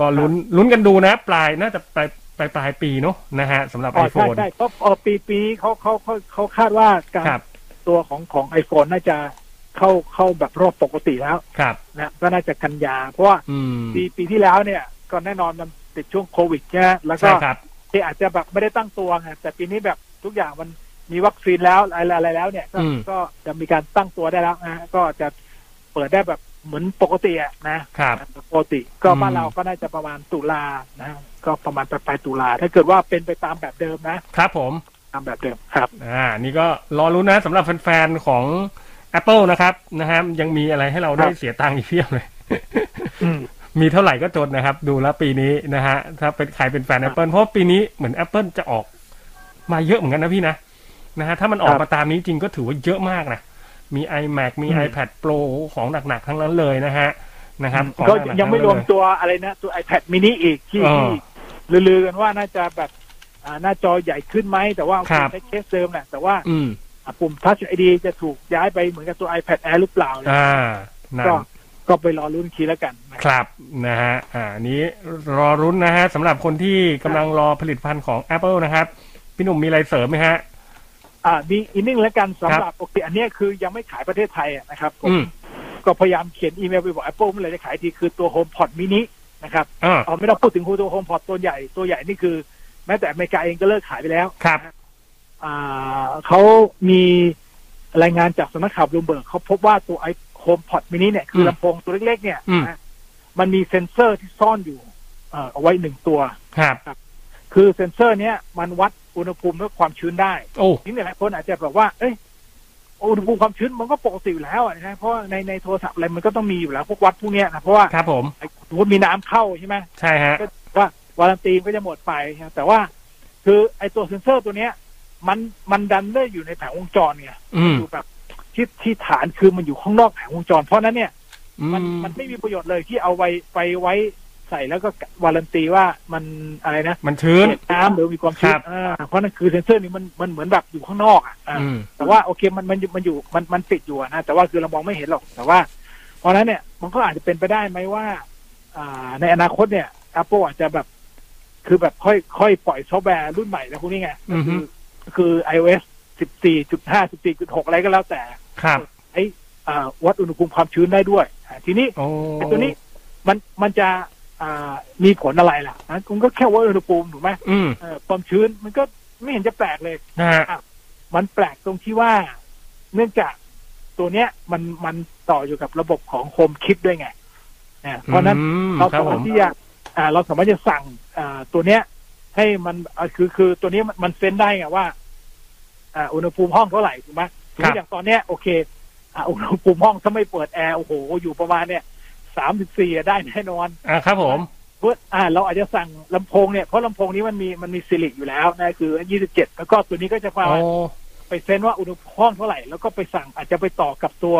Speaker 16: ก็ลุ้นลุ้นกันดูนะ ปลายน่าจะปลายปลายปลายปีเนอะนะฮะสำหรับ
Speaker 17: อ๋อใช่
Speaker 16: iPhone
Speaker 17: ใช่เพราะเอ่อปีปีเขาเขาเขาเขาคาดว่าการ
Speaker 16: ครับ
Speaker 17: ตัวของของ iPhone น่าจะเข้าเข้าแบบรอบปกติแล้ว
Speaker 16: ครับ
Speaker 17: นะก็น่าจะกันยา เพราะว่า
Speaker 16: อืม
Speaker 17: ปีปีที่แล้วเนี่ยก็แน่นอนมันติดช่วงโควิดใช่ไหมแล้วก็
Speaker 16: ใช่ครับ
Speaker 17: ที่อาจจะแบบไม่ได้ตั้งตัวไงแต่ปีนี้แบบทุกอย่างมันมีวัคซีนแล้วอะไรอะไรแล้วเนี่ยก็
Speaker 16: อืม
Speaker 17: ก็จะมีการตั้งตัวได้แล้วนะก็จะเปิดได้แบบเหมือนปกติอะนะครับ ปกติก็
Speaker 16: อืม
Speaker 17: บ้านเราก็น่าจะประมาณตุลานะ ก็ประมาณปลายๆตุลาถ้าเกิดว่าเป็นไปตามแบบเดิมนะครับ
Speaker 16: ผม
Speaker 17: ตามแบบเดิมครับ
Speaker 16: อ่า นี่ก็รอรุ้นนะสำหรับแฟนๆ ของ Apple นะครับนะฮะยังมีอะไรให้เราได้
Speaker 17: ครับ
Speaker 16: เสียตังค์อีกเพียบเลย
Speaker 17: อืม
Speaker 16: มีเท่าไหร่ก็จดนะครับ ดูแล้วปีนี้นะฮะ ถ้าเป็นใครเป็นแฟน Apple เพราะปีนี้เหมือน Apple จะออกมาเยอะเหมือนกันนะพี่นะนะฮะถ้ามันออกมาตามนี้จริงก็ถือว่าเยอะมากนะ มี iMac มี
Speaker 17: อืม
Speaker 16: iPad Pro ของหนักๆ ทั้งนั้นเลยนะฮะนะครับของห
Speaker 17: ก็
Speaker 16: นัๆ
Speaker 17: ยังไม่
Speaker 16: ทั้
Speaker 17: ร
Speaker 16: นั้
Speaker 17: วม
Speaker 16: นเลย
Speaker 17: ตัวอะไรนะ ตัว iPad mini อีกที่
Speaker 16: อ่า
Speaker 17: ที่ลือๆกันว่าน่าจะแบบอ่าหน้าจอใหญ่ขึ้นไหมแต่ว่า
Speaker 16: ครับ
Speaker 17: ใช้เคสเดิมแหละแต่ว่า
Speaker 16: อืม
Speaker 17: อ่ะปุ่ม Touch ID จะถูกย้ายไปเหมือนกับตัว iPad Air หรือเปล่าเนี่ย
Speaker 16: อ่านั่น
Speaker 17: ก็ก็ไปรอรุ่นคีแล้วกันนะครับ
Speaker 16: นะฮะอ่าอันนี้รอรุ้นนะฮะสำหรับคนที่กำลังรอผลิตภัณฑ์ของ Apple นะครับ พี่หนุ่มมีอะไรเสริมไหมฮะ
Speaker 17: อ่ามีอีกนิดนึงแล้วกันสำห
Speaker 16: ครั
Speaker 17: รับบ โอเคอันเนี้ยคือยังไม่ขายประเทศไทยอ่ะนะครับผม
Speaker 16: อืม
Speaker 17: ก็พยายามเขียนอีเมลไปบอก Apple เมื่อไหรจะขายทีคือตัว HomePod mini นะครับ
Speaker 16: อ่า
Speaker 17: อ๋อไม่ต้องพูดถึงตัว HomePod ตัวใหญ่ตัวใหญ่นี่คือ แม้แต่อเมริกาเองก็เลิกขายไปแล้ว
Speaker 16: ครับ
Speaker 17: อ่าเขามีรายงานจากสำนักข่าวบลูเบิร์กเขาพบว่าตัวไอโฮมพอดมินิเนี่ยคือ
Speaker 16: ม
Speaker 17: ลำโพงตัวเล็กๆเนี่ย
Speaker 16: อืม
Speaker 17: นะมันมีเซ็นเซอร์ที่ซ่อนอยู่เอ่อเอาไว้หนึ่งตัว
Speaker 16: ครับ
Speaker 17: คือเซ็นเซอร์เนี้ยมันวัดอุณหภูมิและความชื้นได้
Speaker 16: โอ้
Speaker 17: ทีนี้หลายคนอาจจะแบบว่า เอ้ยอุณหภูมิความชื้นมันก็ปกติอยู่แล้วอะนะเพราะว่าในในโทรศัพท์อะไรมันก็ต้องมีอยู่แล้วพวกวัดพวกเนี้ยนะเพราะว่า
Speaker 16: ครับผม
Speaker 17: ไอ้สมมติมีน้ำเข้าใช่ไหม
Speaker 16: ใช่ฮะ
Speaker 17: ก็ว่าวารันตีก็จะหมดไปนะแต่ว่า คือไอ้ตัวเซ็นเซอร์ตัวเนี้ย มันมันดันได้อยู่ในแผงวงจรไง
Speaker 16: อืม
Speaker 17: ยู่แบบที่ที่ฐานคือมันอยู่ข้างนอกแผงวงจร เพราะฉะนั้นเนี่ย
Speaker 16: อื
Speaker 17: มัน
Speaker 16: ม
Speaker 17: มันไม่มีประโยชน์เลยที่เอาไว้ไปไว้ใส่แล้วก็วารันตีว่ามันอะไรนะ
Speaker 16: มันชื้น
Speaker 17: เก็บน้ำหรือมีความชื้
Speaker 16: ครั
Speaker 17: น
Speaker 16: บ
Speaker 17: อ่าเพราะนั่นคือเซ็นเซอร์นี้มันมันเหมือนแบบอยู่ข้างนอกอ่ะอ่า
Speaker 16: อืม
Speaker 17: แต่ว่าโอเคมันมันอยู่มันอยู่มันมันติดอยู่อะนะแต่ว่าคือเรามองไม่เห็นหรอก แต่ว่า เพราะฉะนั้นเนี่ยมันก็อาจจะเป็นไปได้ไหมว่า อ่า ในอนาคตเนี่ย Apple อาจจะแบบ คือแบบค่อยค่อยปล่อยซอฟต์แวร์รุ่นใหม่นะพวกนี้ไงก็คื
Speaker 16: อฮึ
Speaker 17: ก็คือ iOS 14.5 14.6 อะไรก็แล้วแต่
Speaker 16: ครับ
Speaker 17: ไอ้อ่าวัดอุณหภูมิความชื้นได้ด้วยอ่าทีนี้
Speaker 16: โอ้
Speaker 17: ไอ้ตัวนี้ มันมันจะอ่ามีผลอะไรล่ะนะคุณก็แค่ว่าอุณหภูมิถูกไหม
Speaker 16: อืม
Speaker 17: เออความชื้นมันก็ไม่เห็นจะแปลกเลย
Speaker 16: นะฮะ
Speaker 17: อ่ะมันแปลกตรงที่ว่า เนื่องจากตัวเนี้ยมันมันต่ออยู่กับระบบของโฮมคิดด้วยไงนะเพราะฉะนั้น
Speaker 16: อืม
Speaker 17: เรา
Speaker 16: ครับ
Speaker 17: สามารถ
Speaker 16: ผม
Speaker 17: ที่จะอ่า เราสามารถจะสั่งอ่าตัวเนี้ย ให้มันอ่าคือคือตัวเนี้ยมันมันเซนได้ไงว่าอ่าอุณหภูมิห้องเท่าไหร่ถูกไหมถึงอย่างตอนเนี้ยโอเคอ่าอุณหภูมิห้องถ้าไม่เปิดแอร์โอ้โหอยู่ประมาณเนี่ยสามสิบสี่ได้แน่นอน
Speaker 16: อ่าครับผม
Speaker 17: เพื่ออ่าเราอาจจะสั่งลำโพงเนี่ยเพราะลำโพงนี้มันมีมันมีซิลิกอยู่แล้วนะคือ 27 แล้วก็ตัวนี้ก็จะมา
Speaker 16: โอ้
Speaker 17: ไปเซนว่าอุณหภูมิห้องเท่าไหร่ แล้วก็ไปสั่งอาจจะไปต่อกับตัว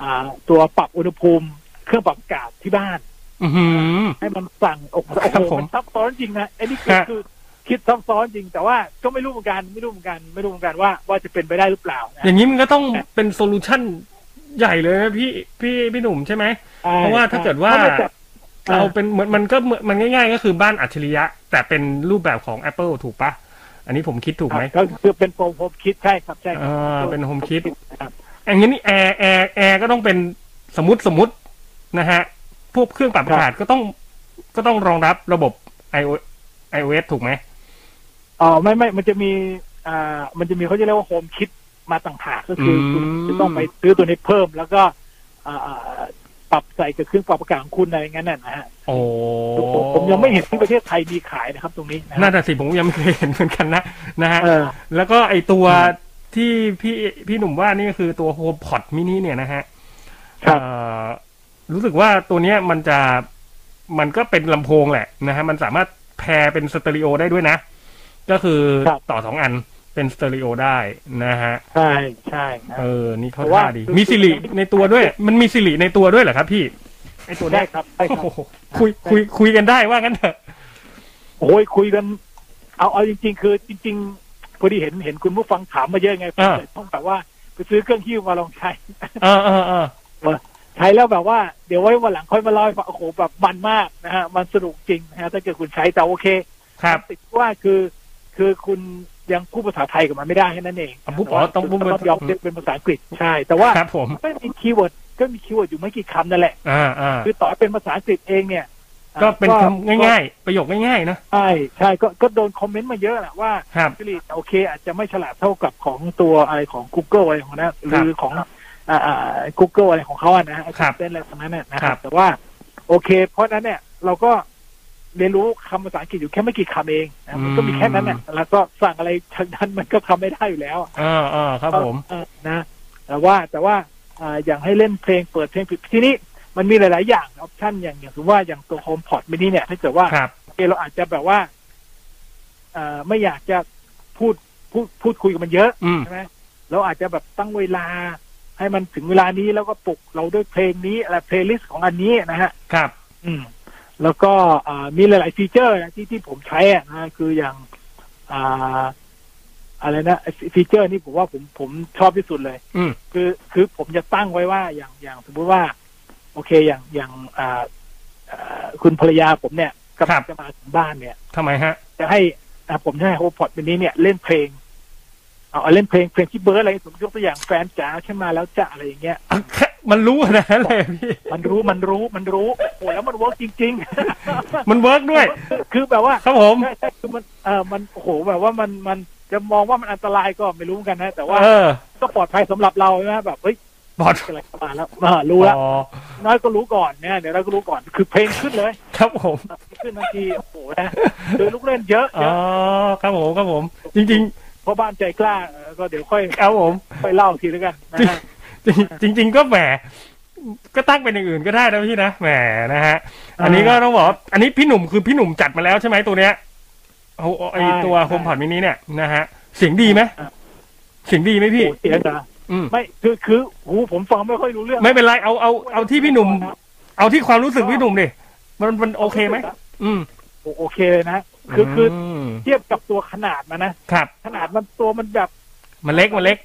Speaker 17: อ่าตัวปรับอุณหภูมิเครื่องปรับอากาศที่บ้าน
Speaker 16: อือหือ
Speaker 17: ให้มันสั่งโอ้โห
Speaker 16: ครับผม
Speaker 17: มันซับซ้อนจริงนะไอ้นี่คือ
Speaker 16: ฮะ
Speaker 17: คือคิดซับซ้อนจริงแต่ว่าก็ไม่รู้เหมือนกันไม่รู้เหมือนกันไม่รู้เหมือนกันว่าว่าจะเป็นไปได้หรือเปล่านะ
Speaker 16: อย่างนี้มันก็ต้องเป็นโซลูชันใหญ่เลยนะพี่พี่พี่หนุ่มใช่ไหม
Speaker 17: ใช่
Speaker 16: เพราะว่าถ้าเกิดว่า
Speaker 17: เพราะมันจะ
Speaker 16: เราเป็นเหมือนมันก็เหมือนมันง่าย ๆ ก็คือบ้านอัจฉริยะ แต่เป็นรูปแบบของ Apple ถูกปะอันนี้ผมคิดถูกไหม
Speaker 17: ก็คือเป็นโฮมคิดใช่ครับใช่
Speaker 16: อ่าเป็นโฮมคิดอย่างนี้นี่แอร์แอร์แอร์ก็ต้องเป็นสมมติสมมตินะฮะพวกเครื่องปรับอากาศก็ต้องก็ต้องรองรับระบบ i o iOS ถูกไหม
Speaker 17: อ๋อไม่ไม่มันจะมีอ่ามันจะมีเขาจะเรียกว่าโฮมคิดมาต่างหากก็คืออ
Speaker 16: ม
Speaker 17: คุณจะต้องไปซื้อตัวนี้เพิ่ม แล้วก็อ่าอ่าปรับใส่กับเครื่องปรับอากาศของคุณอะไรอย่างนั้นน่ะนะฮะ
Speaker 16: โอ้
Speaker 17: ผมผมยังไม่เห็นที่ประเทศไทยมีขายนะครับตรงนี้นะฮะ
Speaker 16: น่าจะสิผมยังไม่เคยเห็นเหมือนกันนะนะฮะ
Speaker 17: เออ
Speaker 16: แล้วก็ไอตัวที่พี่พี่หนุ่มว่านี่ก็คือตัวโฮมพอดมินิเนี่ยนะฮะเอ่อรู้สึกว่าตัวเนี้ยมันจะมันก็เป็นลำโพงแหละนะฮะมันสามารถแพรเป็นสเตอริโอได้ด้วยนะ ก็คือต่อสองอันเป็นสเตอริโอได้นะฮะ
Speaker 17: ใช่ใช่นะ
Speaker 16: เออ นี่เขา
Speaker 17: เพราะว่า
Speaker 16: ท่าดี มีสิริในตัวด้วย มันมีสิริในตัวด้วยเหรอครับ พี่ไอตัวเนี้ย
Speaker 17: ได้ครับได้ครับ
Speaker 16: โอ้โหคุยคุยคุยกันได้ว่างั้นเถอะ
Speaker 17: โอ้ยคุยกัน เอาเอาจริง ๆ คือจริง ๆพอดีเห็นเห็นคุณผู้ฟังถามมาเยอะไงผม
Speaker 16: อ่า
Speaker 17: เลยต้องแบบว่าไปซื้อเครื่องฮิ้วมาลองใช้
Speaker 16: เออเออเออ
Speaker 17: ใช้แล้วแบบว่าเดี๋ยวไว้วันหลังค่อยมาเล่าให้ฟังโอ้โหแบบมันมากนะฮะ มันสนุกจริงนะฮะถ้าเกิดคุณใช้แต่โอเค
Speaker 16: ครับ
Speaker 17: ติดว่าคือ คือคุณยังพูดภาษาไทยกับมันไม่ได้แค่นั้นเอง
Speaker 16: อ่ะพูดอ๋อต้องพูด
Speaker 17: ภา
Speaker 16: ภาษา
Speaker 17: ษายอมเป็นภาษาอังกฤษใช่ แต่ว่า
Speaker 16: ครับผม
Speaker 17: ก็มีคีย์เวิร์ดก็มีคีย์เวิร์ดอยู่ไม่กี่คำนั่นแหละ
Speaker 16: อ่าอ่า
Speaker 17: คือต่อให้เป็นภาษาอังกฤษเองเนี่ย
Speaker 16: ก็เป็นคำง่ายๆ ประโยคง่ายๆนะ
Speaker 17: ๆใช่ใช่ก็ก็โดนคอมเมนต์มาเยอะแหละว่า
Speaker 16: ครับ
Speaker 17: สิริโอเค อาจจะไม่ฉลาดเท่ากับของตัวอะไรของ Google อะไรของนะหรือของอ่าอ่า Google อะไรของเขาอะนะไอ้
Speaker 16: ครับ
Speaker 17: เป็นอะไรตรงนั้นน่ะนะ
Speaker 16: ค
Speaker 17: ค
Speaker 16: รั
Speaker 17: รับ บ แต่ว่าโอเค เพราะฉะนั้นเนี่ยเราก็เรียนรู้คำภาษาอังกฤษอยู่แค่ไม่กี่คำเองนะมันก็มีแค่นั้นแหละแล้วก็สั่งอะไรทางนั้นมันก็ทำไม่ได้อยู่แล้วอะ
Speaker 16: อ่าอ่าครับผม
Speaker 17: เออนะแต่ว่าแต่ว่าอ่าอย่างให้เล่นเพลงเปิดเพลงผิดทีนี้มันมีหลาย ๆ อย่างออปชันอย่างอย่างสมมติว่าอย่างตัว HomePod mini เนี่ยถ้าเกิดว่า
Speaker 16: ครับ
Speaker 17: โอเคเราอาจจะแบบว่าเอ่อไม่อยากจะพูดพูดพูดคุยกับมันเยอะ
Speaker 16: อืม
Speaker 17: ใช่ไหมเราอาจจะแบบตั้งเวลา ให้มันถึงเวลานี้แล้วก็ปลุกเราด้วยเพลงนี้อะไรเพลย์ลิสต์ของอันนี้นะฮะ
Speaker 16: ครับ
Speaker 17: อืม แล้วก็อ่ามีหลาย ๆ ฟีเจอร์นะที่ที่ผมใช้อะนะคืออย่างอ่าอะไรนะไอ้ฟีเจอร์นี่ผมว่าผมผมชอบที่สุดเลย
Speaker 16: อืม
Speaker 17: คือคือผมจะตั้งไว้ว่าอย่างอย่างสมมุติว่า โอเคอย่างอย่างอ่าอ่าคุณภรรยาผมเนี่ยกำลังจะมาถึงบ้านเนี่ย
Speaker 16: ทำไมฮะ
Speaker 17: จะให้อ่ะผมจะให้โฮพอตเป็นนี้เนี่ยเล่นเพลงเอาเอาเล่นเพลงเพลงที่เบิร์ดอะไรผมยกตัวอย่างแฟนจ๋าขึ้นมาแล้วจะอะไรอย่างเงี้ย
Speaker 16: มันรู้ขนะเลยพี่
Speaker 17: มันรู้มันรู้มันรู้โอ้โหแล้วมันเวิร์กจริง ๆ
Speaker 16: มันเวิร์กด้วย
Speaker 17: คือแบบว่า
Speaker 16: ครับผม
Speaker 17: ใช่ใช่คือมันเออมันโอ้โหแบบว่ามันมันจะมองว่ามันอันตรายก็ไม่รู้เหมือนกันนะ แต่ว่า
Speaker 16: เออ
Speaker 17: ก็ปลอดภัยสำหรับเราใช่ไหมแบบเฮ้ย
Speaker 16: ปลอด
Speaker 17: อะไรประมาณแล้วอ่ารู้แล้ว
Speaker 16: อ๋อ
Speaker 17: น้อยก็รู้ก่อนเนี่ยเดี๋ยวเราก็รู้ก่อนคือเพลงขึ้นเลย
Speaker 16: ครับผม
Speaker 17: ขึ้นทันทีโอ้โหนะคือลูกเล่นเยอะ
Speaker 16: อ๋
Speaker 17: เย
Speaker 16: อ
Speaker 17: อะ
Speaker 16: ครับผม ครับผม จริง
Speaker 17: เพราะบ้านใจกล้าเออก็เดี๋ยวค่อย
Speaker 16: ครับผม
Speaker 17: ค่อยเล่าทีแล้วกันนะฮะ
Speaker 16: ๆ จริง ๆ ก็แหม ก็ตั้งเป็นอย่างอื่นก็ได้นะพี่นะ แหม นะฮะ อันนี้ก็ต้องบอกว่าอันนี้พี่หนุ่มคือพี่หนุ่มจัดมาแล้วใช่ไหมตัวเนี้ยเอาเอาไอ
Speaker 17: ใช่
Speaker 16: ตัว
Speaker 17: ใช่
Speaker 16: โฮมพอดมินิเนี่ยนะฮะ เสียงดีไหมเสียงดีไหมพี่
Speaker 17: โอ้เสียงนะ
Speaker 16: อืม
Speaker 17: ไม่คือคือหูผมฟังไม่ค่อยรู้เรื่อง
Speaker 16: ไม่เป็นไรเอาเอาเอาที่พี่หนุ่ม เอาที่ความรู้สึกพี่หนุ่มดิมันมันโอเคไหมอืม
Speaker 17: โอโอเคเลยนะคือคืออ
Speaker 16: ม
Speaker 17: เทียบกับตัวขนาดมันนะครับ ขนาดมันตัวมันแบบ
Speaker 16: มันเล็กมันเล็ก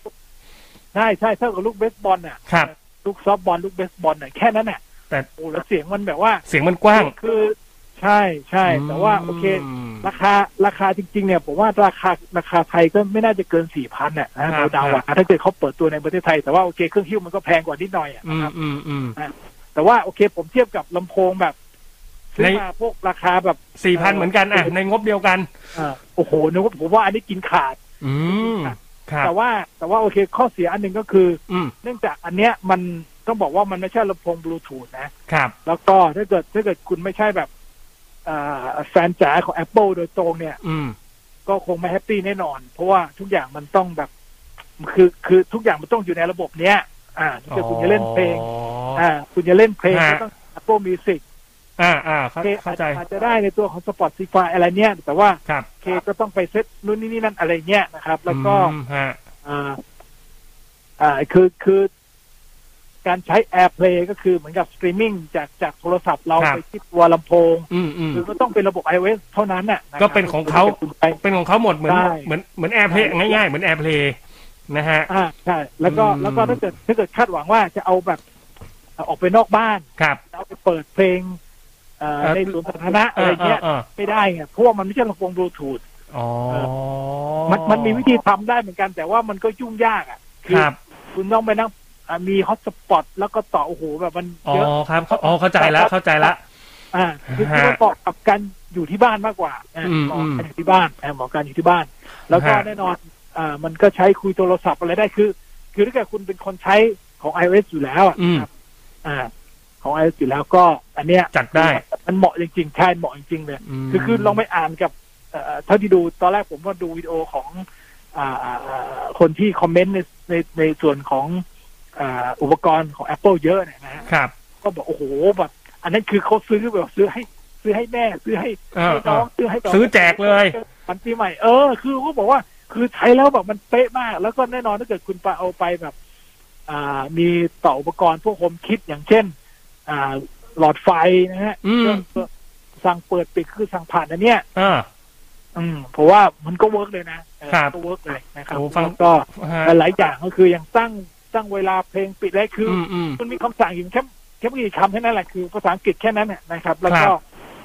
Speaker 17: ใช่ใช่เท่ากับลูกเบสบอลน่ะ
Speaker 16: ครับ
Speaker 17: ลูกซอฟต์บอลลูกเบสบอลน่ะแค่นั้นน่ะ
Speaker 16: แต่
Speaker 17: โอ้แล้วเสียงมันแบบว่า
Speaker 16: เสียงมันกว้าง
Speaker 17: คือใช่ใช่แต่ว่าโอเค ราคาราคาจริง ๆ เนี่ยผมว่าราคาราคาไทยก็ไม่น่าจะเกินสี่พันน่ะนะเราเดาอ่ะถ้าเกิดเขาเปิดตัวในประเทศไทยแต่ว่าโอเคเครื่องฮิ้วมันก็แพงกว่านิดหน่อยอ่ะ
Speaker 16: อืมอืมอืม
Speaker 17: แต่ว่าโอเคผมเทียบกับลำโพงแบบ ซื้อมาพวกราคาแบบ
Speaker 16: สี่พันเหมือนกันอ่ะ ในงบเดียวกัน
Speaker 17: โอ้โหนึกว่าผมว่าอันนี้กินขาด
Speaker 16: อืมครับ
Speaker 17: แต่ว่าแต่ว่าโอเคข้อเสียอันหนึ่งก็คืออ
Speaker 16: ม
Speaker 17: เนื่องจากอันเนี้ยมันต้องบอกว่ามันไม่ใช่ลำโพงบลูทูธนะ
Speaker 16: ครับ
Speaker 17: แล้วก็ถ้าเกิดถ้าเกิดคุณไม่ใช่แบบอ่าแฟนจ๋าของ Apple โดยตรงเนี่ย
Speaker 16: อืม
Speaker 17: ก็คงไม่แฮปปี้แน่นอน เพราะว่าทุกอย่างมันต้องแบบ คือคือทุกอย่างมันต้องอยู่ในระบบเนี้ย อ่าถ้าเกิดคุณจะเล่นเพลง อ่า คุณจะเล่นเพลง
Speaker 16: ฮะ
Speaker 17: ก็ต้อง Apple Music
Speaker 16: อ่าอ่าเข้า
Speaker 17: โอเค
Speaker 16: เข้าใจ
Speaker 17: อาจจะได้ในตัวของ Spotify อะไรเนี่ย แต่ว่า
Speaker 16: ครับ
Speaker 17: เคก็ต้องไปเซตนู่นนี่นี่นั่นอะไรเนี้ยนะครับ แล้วก็
Speaker 16: อืมฮะ
Speaker 17: อ่า อ่า คือ คือ การใช้ AirPlay ก็คือเหมือนกับสตรีมมิ่งจาก จากโทรศัพท์เรา
Speaker 16: ครับ
Speaker 17: ไปที่ตัวลำโพง
Speaker 16: อืมอืม
Speaker 17: คือก็ต้องเป็นระบบ iOS เท่านั้นน่ะะครับ
Speaker 16: ก็เป็นของเขาเป็นของเขาหมดเหมือน
Speaker 17: ใช่
Speaker 16: เหมือนเหมือนแอร์เพลง่ายๆ เหมือนแอร์เพลนะฮะ
Speaker 17: อ่าใช่ แล้วก็
Speaker 16: อืม
Speaker 17: แล้วก็ถ้าเกิด ถ้าเกิดคาดหวังว่าจะเอาแบบเอ่อออกไปนอกบ้าน
Speaker 16: ครับ
Speaker 17: เอาไปเปิดเพลงเอ่อ
Speaker 16: เอ่อ
Speaker 17: ในสวนสาธารณะอะ
Speaker 16: เอ่อ
Speaker 17: ไรเงี้ย
Speaker 16: เอ่อเอ่อ
Speaker 17: ไม่ได้ไงเพราะว่ามันไม่ใช่ลำโพงบลูทูธ
Speaker 16: อ๋อ
Speaker 17: มันมันมีวิธีทำได้เหมือนกัน แต่ว่ามันก็ยุ่งยากอ่ะ
Speaker 16: ครับ
Speaker 17: คุณต้องไปนั่งอ่ามีฮอตสปอตแล้วก็ต่อโอ้โหแบบมัน
Speaker 16: อ๋อ
Speaker 17: เยอะ
Speaker 16: ครับเข้าอ๋อเข้าใจแล้วเข้าใจแล้ว
Speaker 17: อ่าคือ
Speaker 16: ฮะ
Speaker 17: ที่ว่าเหมาะกับการอยู่ที่บ้านมากกว่าอ่า
Speaker 16: อืม
Speaker 17: เหมาะกับการอยู่ที่บ้านอ่าเหมาะกับการอยู่ที่บ้าน แล้วก็
Speaker 16: ฮะ
Speaker 17: แน่นอน อ่า มันก็ใช้คุยโทรศัพท์อะไรได้คือ คือถ้าเกิดคุณเป็นคนใช้ของ iOS อยู่แล้วอะ
Speaker 16: อืม
Speaker 17: อ่า ของ iOS อยู่แล้วก็ อันเนี้ย
Speaker 16: จัดได้
Speaker 17: มันเหมาะจริงๆใช่เหมาะจริงๆเลย
Speaker 16: อืม
Speaker 17: คือคือลองไปอ่านกับเอ่อเท่าที่ดูตอนแรกผมก็ดูวิดีโอของ อ่าอ่าอ่าคนที่คอมเมนต์ในในในส่วนของอ่าอุปกรณ์ของ Apple เยอะเนี่ยนะฮะ
Speaker 16: ครับ
Speaker 17: ก็บอกโอ้โหแบบอันนั้นคือเขาซื้อแบบซื้อให้ ซื้อให้แม่ซื้อให้
Speaker 16: เออ
Speaker 17: ให้น้อง
Speaker 16: เออ
Speaker 17: ซื้อให้น้ง
Speaker 16: ซื้อแจกเลย
Speaker 17: วันปีใหม่เออคือเขาบอกว่าคือใช้แล้วแบบมันเป๊ะมาก แล้วก็แน่นอนถ้าเกิดคุณไปเอาไปแบบ อ่ามีต่ออุปกรณ์พวกโฮมคิดอย่างเช่น อ่า หลอดไฟนะฮะ
Speaker 16: อืม
Speaker 17: เครื่องสั่งเปิดปิดคือสั่งผ่านอันเนี้ย
Speaker 16: อ่า
Speaker 17: อืมเพราะว่ามันก็เวิร์กเลยนะเออ
Speaker 16: ครับ
Speaker 17: ก็เวิร์กเลยนะครับ
Speaker 16: โอ้ฟัง
Speaker 17: แล้วก็
Speaker 16: ฮะ
Speaker 17: หลายๆอย่างก็คืออย่างตั้งตั้งเวลาเพลงปิดได้คืออ
Speaker 16: มอืม
Speaker 17: มันมีคำสั่งอยู่แค่แค่ไม่กี่คำแค่นั้นแหละคือภาษาอังกฤษแค่นั้นน่ะนะครับ แล้วก็
Speaker 16: ครับ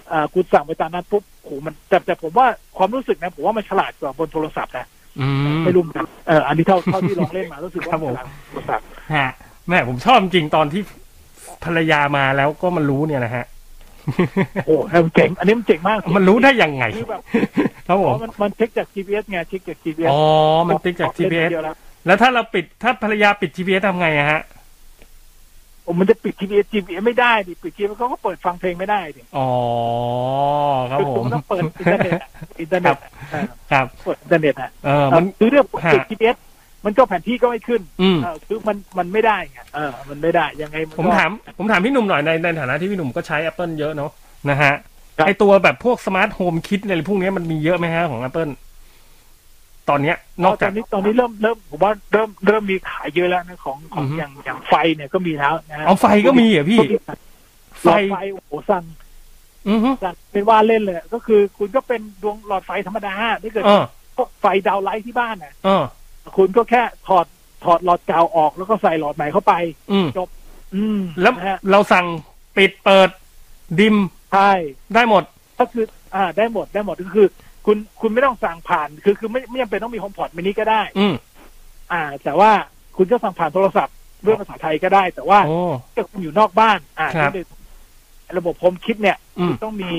Speaker 17: เอ่อคุณสั่งไปตามนั้นปุ๊บโหมันแต่แต่ผมว่าความรู้สึกนะผมว่ามันฉลาดกว่าบนโทรศัพท์นะ
Speaker 16: อืม
Speaker 17: ไม่รู้เหมือนกันเอออันนี้เท่าเท่าที่ลองเล่นมารู้สึก
Speaker 16: ครั
Speaker 17: ว่า
Speaker 16: บผม
Speaker 17: ฉลาดกว่าโทรศัพท์
Speaker 16: ฮะแม่ผมชอบจริงตอนที่ภรรยามาแล้วก็มันรู้เนี่ยนะฮะ
Speaker 17: โอ้โหเจ๋งอันนี้มันเจ๋งมาก
Speaker 16: มันรู้ได้ยังไง
Speaker 17: คือแบบ
Speaker 16: ครับผม
Speaker 17: มันมันเช็คจาก GPS ไงเช็คจาก GPS
Speaker 16: อ๋อ มันติ๊กจาก
Speaker 17: เล่น
Speaker 16: GPS
Speaker 17: เดียวแล้ว
Speaker 16: แล้วถ้าเราปิดถ้าภรรยาปิด GPS ทำไงอะฮะ
Speaker 17: โอ้มันจะปิด GPS GPS ไม่ได้ดิปิด GPS เขาก็เปิดฟังเพลงไม่ได้ดิ
Speaker 16: อ๋อ ครับ
Speaker 17: คือ
Speaker 16: ผ
Speaker 17: คุณ
Speaker 16: ม
Speaker 17: ต้องเปิดอินเทอร์เน็ตอะอินเทอร์เน็ตอะเออ
Speaker 16: ครับ
Speaker 17: กดอินเทอร์เน็ตอ่ะ
Speaker 16: เออมัน
Speaker 17: คือเรื่องติด
Speaker 16: ฮะ
Speaker 17: GPS มันก็แผนที่ก็ไม่ขึ้น
Speaker 16: อืม
Speaker 17: เคือมันมันไม่ได้ไงเออ มันไม่ได้ยังไงนก็
Speaker 16: ผมถาม ผมถามพี่หนุ่มหน่อยในในฐานะที่พี่หนุ่มก็ใช้ Apple เยอะเนาะนะฮะ
Speaker 17: ครับ
Speaker 16: ไอตัวแบบพวกสมาร์ทโฮมคิดอะไรพวกเนี้ยมันมีเยอะไหมฮะของ Apple ตอนเนี้ย นอก
Speaker 17: ต
Speaker 16: จา
Speaker 17: อก นนี้ตอนนี้เริ่มเริ่มผมว่าเริ่มเริ่มมีขายเยอะแล้วนะของของ
Speaker 16: อือฮึ
Speaker 17: อย่างอย่างไฟเนี่ยก็มีแล้วนะฮะ
Speaker 16: อ๋อไฟก็มีเหรอ
Speaker 17: ห
Speaker 16: พี่
Speaker 17: ลอด
Speaker 16: ไฟ
Speaker 17: ไฟโอ้โหสั่ง
Speaker 16: อือฮึ
Speaker 17: สั่งเป็นว่าเล่นเลยก็คือคุณก็เป็นดวงหลอดไฟธรรมดาถ้าเกิด
Speaker 16: เออ
Speaker 17: พวกไฟดาวไลท์ที่บ้านน่ะ
Speaker 16: เออ
Speaker 17: คุณก็แค่ถอดถอดหลอดกาวออกแล้วก็ใส่หลอดใหม่เข้าไป
Speaker 16: อืม
Speaker 17: จบ อืม
Speaker 16: แล้ว
Speaker 17: นะฮะ
Speaker 16: เราสั่งปิดเปิดดิม
Speaker 17: ใช่
Speaker 16: ได้หมด
Speaker 17: ก็คืออ่าได้หมดได้หมดก็คือ คุณคุณไม่ต้องสั่งผ่านคือคือไม่ไม่จำเป็นต้องมีโฮมพอดมินิก็ได้
Speaker 16: อืม
Speaker 17: อ่า แต่ว่าคุณก็สั่งผ่านโทรศัพท์ด้วยภาษาไทยก็ได้ แต่ว่า
Speaker 16: โอ้
Speaker 17: ถ้าคุณอยู่นอกบ้าน อ่า
Speaker 16: ครับ
Speaker 17: ในระบบโฮมคิดเนี่ย
Speaker 16: อืม
Speaker 17: คุณต้องมี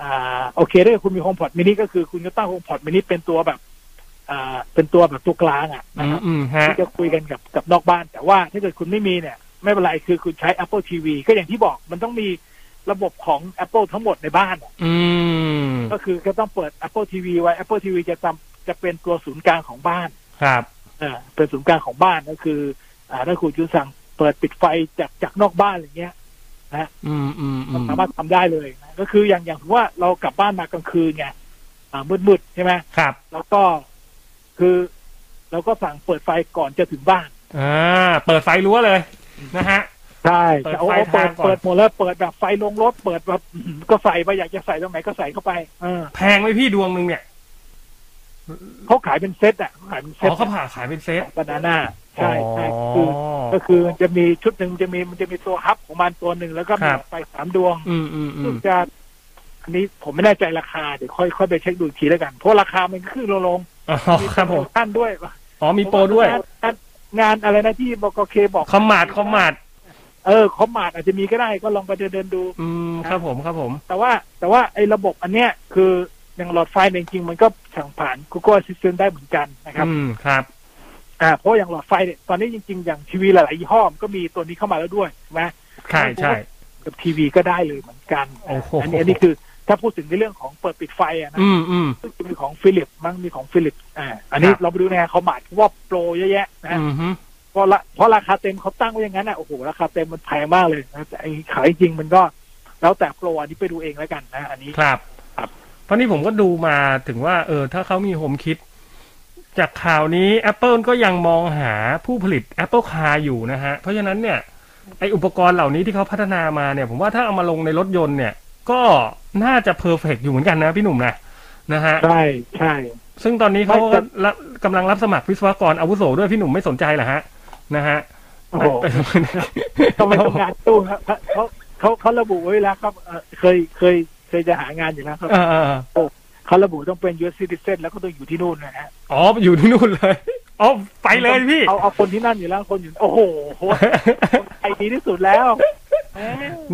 Speaker 17: อ่า โอเคถ้าคุณมีโฮมพอดมินิก็คือคุณก็ตั้งโฮมพอดมินิเป็นตัวแบบ อ่า เป็นตัวแบบตัวกลางอ่ะ
Speaker 16: อืมอืมฮะ
Speaker 17: ที่จะคุยกันกับกับนอกบ้าน แต่ว่าถ้าเกิดคุณไม่มีเนี่ย ไม่เป็นไรคือคุณใช้ Apple TV ก็อย่างที่บอกมันต้องมีระบบของ Apple ทั้งหมดในบ้านอะ
Speaker 16: อืม
Speaker 17: ก็คือก็ต้องเปิด Apple TV ไว้ Apple TV จะจำจะเป็นตัวศูนย์กลางของบ้าน
Speaker 16: ครับ
Speaker 17: เออเป็นศูนย์กลางของบ้านก็คือ อ่าถ้าคุณจะสั่งเปิดปิดไฟจากจากนอกบ้านอะไรเงี้ย
Speaker 16: อืมอืมอืม
Speaker 17: สามารถทำได้เลยนะก็คืออย่างอย่างว่าเรากลับบ้านมากลางคืนไงอ่ามืดๆใช่ไหม
Speaker 16: ครับ
Speaker 17: แล้วก็คือเราก็สั่งเปิดไฟก่อนจะถึงบ้าน
Speaker 16: อ่า เปิดไฟรั้วเลยนะฮะ
Speaker 17: ใช่
Speaker 16: เปิด
Speaker 17: จะเอา
Speaker 16: ไฟ
Speaker 17: เอาเปิ
Speaker 16: ทาง
Speaker 17: ด
Speaker 16: ก่อน
Speaker 17: เปิดหมดแล้วเปิดแบบไฟลงรถเปิดแบบ อื้อหือก็ใส่ไปอยากจะใส่ตรงไหนก็ใส่เข้าไปเออ
Speaker 16: แพงไหมพี่ดวงหนึ่งเนี่ย
Speaker 17: เขาขายเป็นเซตอ่ะเขาขายเป็นเซ
Speaker 16: อ๋
Speaker 17: ต
Speaker 16: อเขาผ่าขายเป็นเซต
Speaker 17: บานาน่าใช่ใช่คือ
Speaker 16: อ๋อ
Speaker 17: ก็คือจะมีชุดหนึ่งจะมีมันจะมีตัวฮับของมันตัวหนึ่งแล้วก็มี
Speaker 16: ครับ
Speaker 17: ไฟสามดวง
Speaker 16: อืมอืมอื
Speaker 17: ซึ่ง
Speaker 16: ม
Speaker 17: จะอันนี้ผมไม่แน่ใจราคาเดี๋ยวค่อยค่อยไปเช็คดูอีกทีแล้วกัน เพราะราคามันก็ขึ้นลง
Speaker 16: อ๋อ
Speaker 17: มี
Speaker 16: ครับผม
Speaker 17: ท่านด้วย
Speaker 16: อ๋อมีโปรด้วย
Speaker 17: งานงานอะไรนะที่บกเคบอก
Speaker 16: คอมมาดคอมมาด
Speaker 17: เอ เออคอมมาดอาจจะมีก็ได้ก็ลองไปเดินเดินๆดู
Speaker 16: อืมครับผมครับผม
Speaker 17: แต่ว่าแต่ว่าไอ้ระบบอันเนี้ยคืออย่างหลอดไฟเนี่ยจริงๆมันก็สั่งผ่าน Google Assistant ได้เหมือนกันนะครับ
Speaker 16: อืมครับ
Speaker 17: อ่าเพราะอย่างหลอดไฟเนี่ยตอนนี้จริง ๆ อย่างทีวีหลายๆยี่ห้อมนก็มีตัวนี้เข้ามาแล้วด้วยใช่ไหม
Speaker 16: ใช่ใช่
Speaker 17: กับทีวีก็ได้เลยเหมือนกัน
Speaker 16: โอ้โห
Speaker 17: อันนี้อันนี้คือถ้าพูดถึงในเรื่องของเปิดปิดไฟอะนะ
Speaker 16: อืมอืม
Speaker 17: ซึ่งมีของฟิลิปมั้งมีของฟิลิปอ่าอันนี้
Speaker 16: ครับ
Speaker 17: เราไปดูในเขาหมายว่าโปรเยอะแยะนะฮะ
Speaker 16: อืมฮึ
Speaker 17: เพราะละเพราะราคาเต็มเขาตั้งไว้อย่างนั้นอ่ะโอ้โหราคาเต็มมันแพงมากเลยนะแต่ไอ้ขายจริงมันก็แล้วแต่โปรอันนี้ไปดูเองแล้วกันนะอันนี้
Speaker 16: ครับเพราะนี่ผมก็ดูมาถึงว่า เออ ถ้าเขามีโฮมคิด จากข่าวนี้ Apple ก็ยังมองหาผู้ผลิต Apple Car อยู่นะฮะ เพราะฉะนั้นเนี่ย ไออุปกรณ์เหล่านี้ที่เขาพัฒนามาเนี่ย ผมว่าถ้าเอามาลงในรถยนต์เนี่ย ก็น่าจะเพอร์เฟกอยู่เหมือนกันนะพี่หนุ่มนะนะฮะ
Speaker 17: ใช่ใช่
Speaker 16: ซึ่งตอนนี้เขา
Speaker 17: ไม่
Speaker 16: ก็
Speaker 17: แต่
Speaker 16: รับกำลังรับสมัครวิศวกรอาวุโสด้วยพี่หนุ่มไม่สนใจเหรอฮะ นะฮะ
Speaker 17: โอ้โห
Speaker 16: ไปไป
Speaker 17: ทำไมทำงานตู้ครับเขาเขาเขาระบุไว้แล้วครับเอ่อเคยเคยเคยจะหางานอยู่แล้วครับ
Speaker 16: เออเออเออ
Speaker 17: เขาระบุต้องเป็น US citizen แล้วก็ต้องอยู่ที่นู่นนะฮะ
Speaker 16: อ๋ออยู่ที่นู่นเลยอ๋อไปเลยพี่
Speaker 17: เอาเอาคนที่นั่นอยู่แล้วคนอยู่โอ้โหไอดีที่สุดแล้ว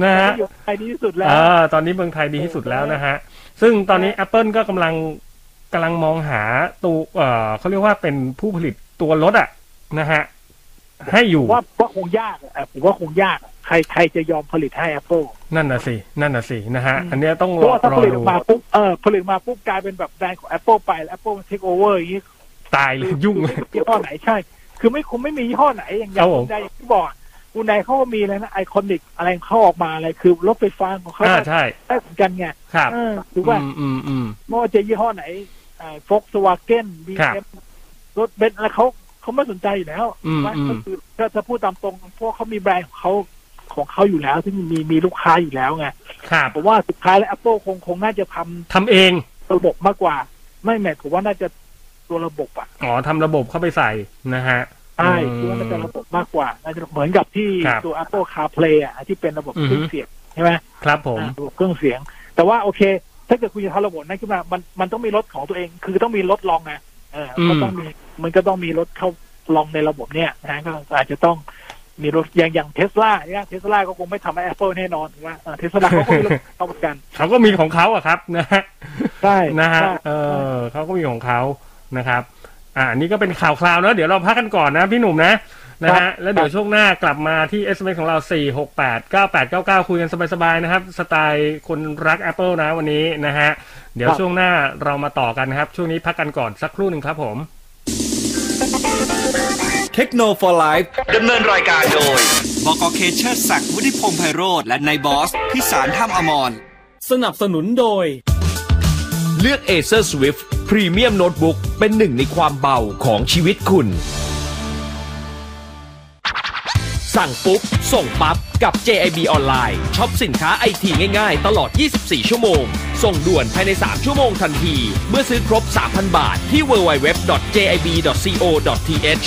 Speaker 16: นะฮะ
Speaker 17: ไอดีที่สุดแล้ว
Speaker 16: อ่าตอนนี้เมืองไทยดีที่สุดแล้วนะฮะ ซึ่งตอนนี้ Apple ก็กำลังกำลังมองหาตัวเอ่อเขาเรียกว่าเป็นผู้ผลิตตัวรถอะนะฮะ ให้อยู่
Speaker 17: ว่าว่าคงยากอะผมว่าคงยากอะใครใครจะยอมผลิตให้ Apple
Speaker 16: นั่นน่ะสิ นั่นน่ะสินะฮะ อันเนี้ยต้อง
Speaker 17: เพ
Speaker 16: ร
Speaker 17: ราะ
Speaker 16: อ
Speaker 17: ว่าถ้ารผ
Speaker 16: อ
Speaker 17: ลิตอ
Speaker 16: ดู
Speaker 17: อกมาปุ๊บเออผลิตมาปุ๊บกลายเป็นแบบแบรนด์ของ Apple ไปแล้ว Apple มันเทคโอเวอร์อย่างนี้
Speaker 16: ตายเลยยุ่งเลย
Speaker 17: ยี่ห้อไหนใช่ คือไม่คุมไม่มียี่ห้อไหนอย่างอ
Speaker 16: ครั
Speaker 17: ย่าง
Speaker 16: บผม
Speaker 17: คุณใดอย่างที่บอกคุณใดเขาก็มีเลยนะไอคอนิกอะไรเขาออกมาอะไรคือรถไฟฟ้าของเขา
Speaker 16: อ่าใช่
Speaker 17: ได้เหมือนกันไง
Speaker 16: ครับ
Speaker 17: เออถือว่า
Speaker 16: อืมอืมอืม
Speaker 17: ไม่ว่าจะยี่ห้อไหนฟอกสวาเก้นบี
Speaker 16: ครับ
Speaker 17: เอ็มรถเบนซ์อะไรเขาเขาไม่สนใจอยู่แล้ว
Speaker 16: อืม
Speaker 17: ว่า
Speaker 16: อืม
Speaker 17: ก็คือถ้าจะพูดตามตรงพวกเขามีแบรนด์ของเขาของเขาอยู่แล้วซึ่งมีมีลูกค้าอยู่แล้วไง
Speaker 16: ครับ
Speaker 17: ผมว่าสุดท้ายแล้ว Apple คงคงน่าจะทำ
Speaker 16: ทำเอง
Speaker 17: ระบบมากกว่า ไม่แม่ผมว่าน่าจะตัวระบบอะ
Speaker 16: อ๋อทำระบบเข้าไปใส่นะฮะ
Speaker 17: ใช่
Speaker 16: ม
Speaker 17: คือว่ามันจะระบบมากกว่าน่าจะเหมือนกับที่
Speaker 16: ครับ
Speaker 17: ตัว Apple CarPlay อ่ะที่เป็นระบบ
Speaker 16: อือ
Speaker 17: เค
Speaker 16: ฮึ
Speaker 17: รื่องเสียงใช่ไหม
Speaker 16: ครับผม
Speaker 17: อ่าระบบเครื่องเสียง แต่ว่าโอเค ถ้าเกิดคุณจะทำระบบนั้นขึ้นมามันมันต้องมีรถของตัวเอง คือต้องมีรถลองนะเอออ
Speaker 16: ม
Speaker 17: ก็ต้องมีมันก็ต้องมีรถเข้าลองในระบบเนี่ยนะก็อาจจะต้องมีรถอย่างอย่างเทสลาเนี่ยเทสลาก็คงไม่ทำให้ Apple แน่นอนถูกไหมเทสลาเขาก็มีรถเข้าเหมือนกัน
Speaker 16: เขาก็มีของเขาอะครับ นะฮะ
Speaker 17: ใช่
Speaker 16: นะฮะ
Speaker 17: ใช่
Speaker 16: เออเขาก็มีของเขานะครับ อ่าอันนี้ก็เป็นข่าวคราวนะ เดี๋ยวเราพักกันก่อนนะพี่หนุ่มนะ นะ
Speaker 17: ครั
Speaker 16: ฮะ
Speaker 17: บ
Speaker 16: แล้วเดี๋ยวช่วงหน้ากลับมาที่ SMS ของเรา 4 6 8 9 8 9 9 คุยกันสบายๆนะครับ สไตล์คนรัก Apple นะวันนี้นะฮะ เดี๋ยวช่วงหน้าเรามาต่อกันนะครับ ช่วงนี้พักกันก่อนสักครู่หนึ่งครับผม
Speaker 3: เทคโนโลยีไลฟ์ดำเนินรายการโดย บกเคเชอร์ศักดิ์วุฒิพงษ์ไพโรธและนายบอส พิสารท่ามอมร
Speaker 5: สนับสนุนโดย เลือก Acer Swift Premium Notebook เป็นหนึ่งในความเบาของชีวิตคุณ สั่งปุ๊บ ส่งปั๊บ กับ JIB ออนไลน์ช็อปสินค้าไอทีง่ายๆ ตลอด 24 ชั่วโมง ส่งด่วนภายใน 3 ชั่วโมงทันที เมื่อซื้อครบ 3,000 บาทที่ www.jib.co.th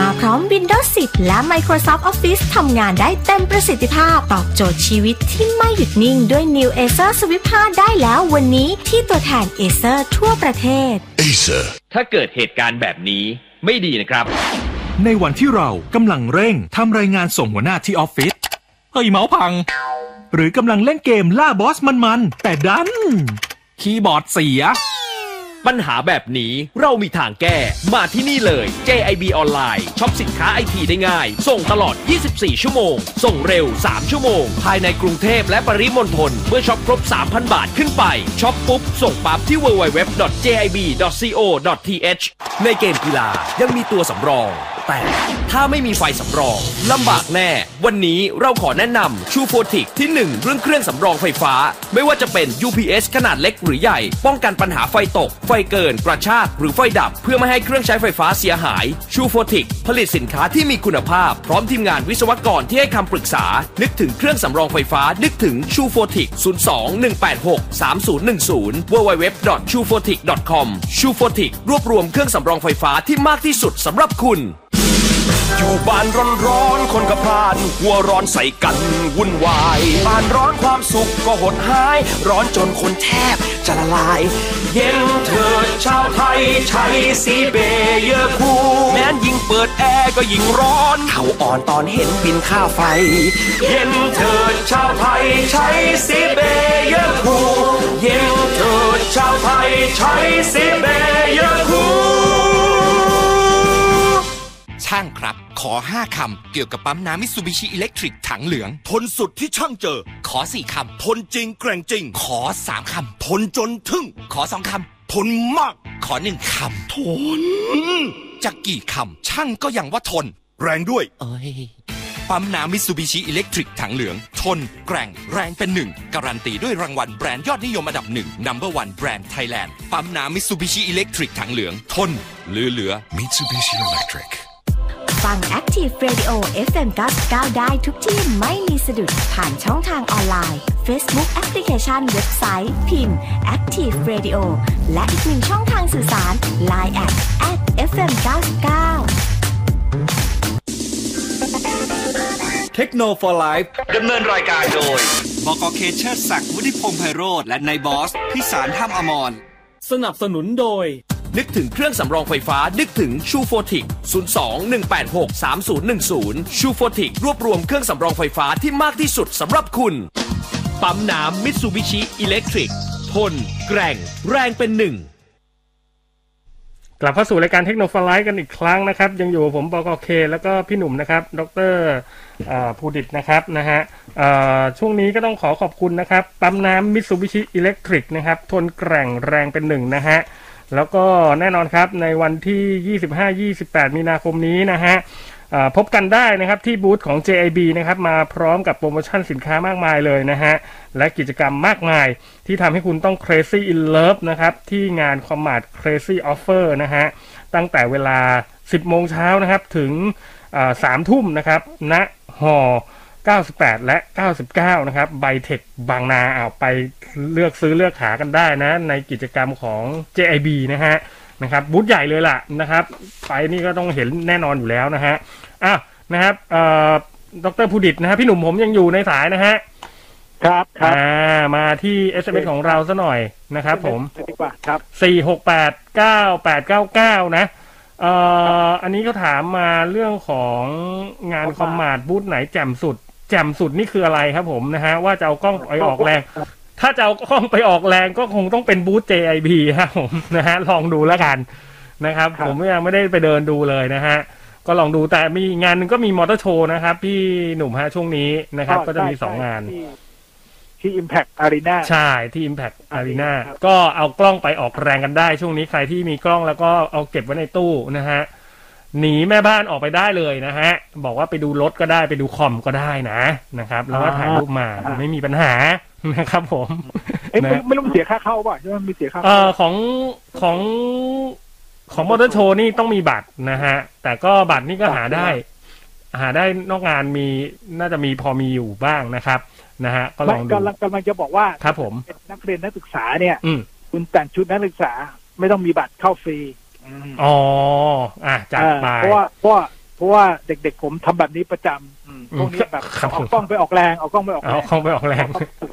Speaker 9: มาพร้อม Windows 10 และ Microsoft Office ทำงานได้เต็มประสิทธิภาพ ตอบโจทย์ชีวิตที่ไม่หยุดนิ่งด้วย New Acer Swift 5 ได้แล้ววันนี้ที่ตัวแทน Acer ทั่วประเทศ
Speaker 5: Acer ถ้าเกิดเหตุการณ์แบบนี้ไม่ดีนะครับ
Speaker 18: ในวันที่เรากำลังเร่งทำรายงานส่งหัวหน้าที่ออฟฟิศ เฮ้ยเมาส์พัง หรือกำลังเล่นเกมล่าบอสมันๆ แต่ดัน คีย์บอร์ดเสีย
Speaker 5: ปัญหาแบบนี้เรามีทางแก้ มาที่นี่เลย JIB ออนไลน์ช็อปสินค้าไอทีได้ง่าย ส่งตลอด 24 ชั่วโมง ส่งเร็ว 3 ชั่วโมง ภายในกรุงเทพและปริมณฑลเมื่อช็อปครบ 3,000 บาทขึ้นไปช็อปปุ๊บ ส่งปั๊บที่ www.jib.co.th ในเกมกีฬายังมีตัวสำรอง แต่ถ้าไม่มีไฟสำรองลำบากแน่ วันนี้เราขอแนะนำชูโฟติกที่ 1 เรื่องเครื่องสำรองไฟฟ้า ไม่ว่าจะเป็น UPS ขนาดเล็กหรือใหญ่ ป้องกันปัญหาไฟตก ไฟ เกิน กระชากหรือไฟดับ เพื่อไม่ให้เครื่องใช้ไฟฟ้าเสียหายชูโฟติกผลิตสินค้าที่มีคุณภาพ พร้อมทีมงานวิศวกรที่ให้คำปรึกษา นึกถึงเครื่องสำรองไฟฟ้า นึกถึงชูโฟติก02-186-3010 www.chufotic.com ชูโฟติกรวบรวมเครื่องสำรองไฟฟ้าที่มากที่สุดสำหรับคุณ
Speaker 19: อยู่บ้านร้อนร้อนๆคนก็พลานหัวร้อนใส่กันวุ่นวายบ้านร้อนความสุขก็หดหาย ร้อนจนคนแทบจะละลาย เย็นเถิดชาวไทยใช้สีเบเยอร์คูแม้นยิ่งเปิดแอร์ก็ยิ่งร้อน เข่าอ่อนตอนเห็นบินค่าไฟ เย็นเถิดชาวไทยใช้สีเบเยอร์คูเย็นเถิดชาวไทยใช้สีเบเยอร์คู
Speaker 14: ช่างครับ ขอ 5 คำ เกี่ยวกับปั๊มน้ำมิสูบิชิอิเล็กทริกถังเหลือง
Speaker 20: ทนสุดที่ช่างเจอ
Speaker 14: ขอ 4 คำ
Speaker 20: ทนจริงแกร่งจริง
Speaker 14: ขอ 3 ค
Speaker 20: ทนจนทึ่ง
Speaker 14: ำ ขอ 2 คำ
Speaker 20: ทนมาก
Speaker 14: ขอ 1 คำ
Speaker 20: ทน
Speaker 14: จะกี่คำ ช่างก็ยังว่าทน
Speaker 20: แรงด้วย
Speaker 14: เอ้ย ปั๊มน้ำมิสูบิชิอิเล็กทริกถังเหลือง ทน แกร่ง แรงเป็นหนึ่ง การันตีด้วยรางวัลแบรนด์ยอดนิยมอันดับหนึ่ง number one แบรนด์ไทยแลนด์ ปั๊มน้ำมิสูบิชิอิเล็กทริกถังเหลือง ทนเหลือเหลือ
Speaker 19: Mitsubishi Electric
Speaker 21: ฟัง Active Radio FM 99ได้ทุกที่ไม่มีสะดุดผ่านช่องทางออนไลน์ Facebook Application เว็บไซต์ พิมพ์ Active Radio และอีกหนึ่งช่องทางสื่อสาร Line at at FM 99
Speaker 3: เทคโนโลยีไลฟ์ดำเนินรายการโดย บกเคเชอร์ศักดิ์วุฒิพงษ์ไพโรธและนายบอส พิสารท่ามอมร
Speaker 5: สนับสนุนโดย นึกถึงเครื่องสำรองไฟฟ้า นึกถึงชูโฟติก02-186-3010 ชูโฟติกรวบรวมเครื่องสำรองไฟฟ้าที่มากที่สุดสำหรับคุณ ปั๊มน้ำมิตซูบิชิอิเล็กทริกทน แกร่ง แรงเป็นหนึ่ง
Speaker 16: กลับเข้าสู่รายการเทคโนโลยีกันอีกครั้งนะครับ ยังอยู่กับผมบกเค แล้วก็พี่หนุ่มนะครับ ดรเอ่อภูดิตนะครับนะฮะเอ่อช่วงนี้ก็ต้องขอขอบคุณนะครับ ปั๊มน้ำมิตซูบิชิอิเล็กทริกนะครับ ทนแกร่งแรงเป็นหนึ่งนะฮะ แล้วก็แน่นอนครับในวันที่ 25-28 มีนาคมนี้นะฮะเอ่อพบกันได้นะครับที่บูธของ JIB นะครับมาพร้อมกับโปรโมชั่นสินค้ามากมายเลยนะฮะ และกิจกรรมมากมายที่ทำให้คุณต้อง Crazy in Love นะครับ ที่งานคอมมาด Crazy Offer นะฮะ ตั้งแต่เวลา 10 โมงเช้านะครับ ถึงเอ่อ3ทุ่มนะครับณหอ 98 และ 99 นะครับไบเทคบางนาเอาไปเลือกซื้อเลือกหากันได้นะ ในกิจกรรมของ JIB นะฮะนะครับบูธใหญ่เลยล่ะนะครับ ไปนี่ก็ต้องเห็นแน่นอนอยู่แล้วนะฮะอ่ะนะครับเอ่อดรพูดิตนะฮะพี่หนุ่มผมยังอยู่ในสายนะฮะ
Speaker 17: ครับครับ
Speaker 16: อ่ามาที่ SMS ของเราซะหน่อยนะครับผม
Speaker 17: ดีกว่าครับ
Speaker 16: สี่หกแปดเก้าแปดเก้าเก้านะเอ่ออันนี้ก็ถามมาเรื่องของงานคอมมาดบูธไหนแจ่มสุด แจ่มสุดนี่คืออะไรครับผมนะฮะ ว่าจะเอากล้องไปออกแรง ถ้าจะเอากล้องไปออกแรงก็คงต้องเป็นบูธ JIB ครับผมนะฮะ ลองดูแล้วกันนะครับ ผมยังไม่ได้ไปเดินดูเลยนะฮะ ก็ลองดูแต่มีงานหนึงก็มีมอเตอร์โชว์นะครับ พี่หนุ่มฮะช่วงนี้นะครับ ก็จะมีสองงาน
Speaker 17: ที่ Impact Arena
Speaker 16: ใช่ที่ Impact Arena ก็เอากล้องไปออกแรงกันได้ ช่วงนี้ใครที่มีกล้องแล้วก็เอาเก็บไว้ในตู้นะฮะ หนีแม่บ้านออกไปได้เลยนะฮะ บอกว่าไปดูรถก็ได้ไปดูคอมก็ได้นะนะครับ แล้วก็ถ่ายรูปมา
Speaker 17: อ่า
Speaker 16: ไม่มีปัญหานะครับผม
Speaker 17: เอ้ยไม่
Speaker 16: นะ
Speaker 17: ไม่ต้องเสียค่าเข้าป่ะใช่ไหมมีเสียค่า
Speaker 16: เอ่
Speaker 17: เข้า
Speaker 16: อของของของมอเตอร์โชว์นี่ต้องมีบัตรนะฮะ แต่ก็บัตรนี่ก็หาได้ หาได้นอกงานมีน่าจะมีพอมีอยู่บ้างนะครับนะฮะ ก็ล
Speaker 17: ไม่
Speaker 16: องดู
Speaker 17: กำลังกำลังจะบอกว่า
Speaker 16: ครับผม
Speaker 17: เป็นนักเรียนนักศึกษาเนี่ย
Speaker 16: อืม
Speaker 17: คุณแต่งชุดนักศึกษาไม่ต้องมีบัตรเข้าฟรี
Speaker 16: อ๋อ อ่ะจัด
Speaker 17: เออ
Speaker 16: ไป
Speaker 17: เพราะว่าเพราะว่าเพราะว่าเด็กๆผมทำแบบนี้ประจำอืม
Speaker 16: อืม
Speaker 17: พวกนี้แบบ
Speaker 16: ครับผม
Speaker 17: เอากล้องไปออกแรงเอากล้องไปออกแร
Speaker 16: เอา
Speaker 17: ง
Speaker 16: ของไปออกแรง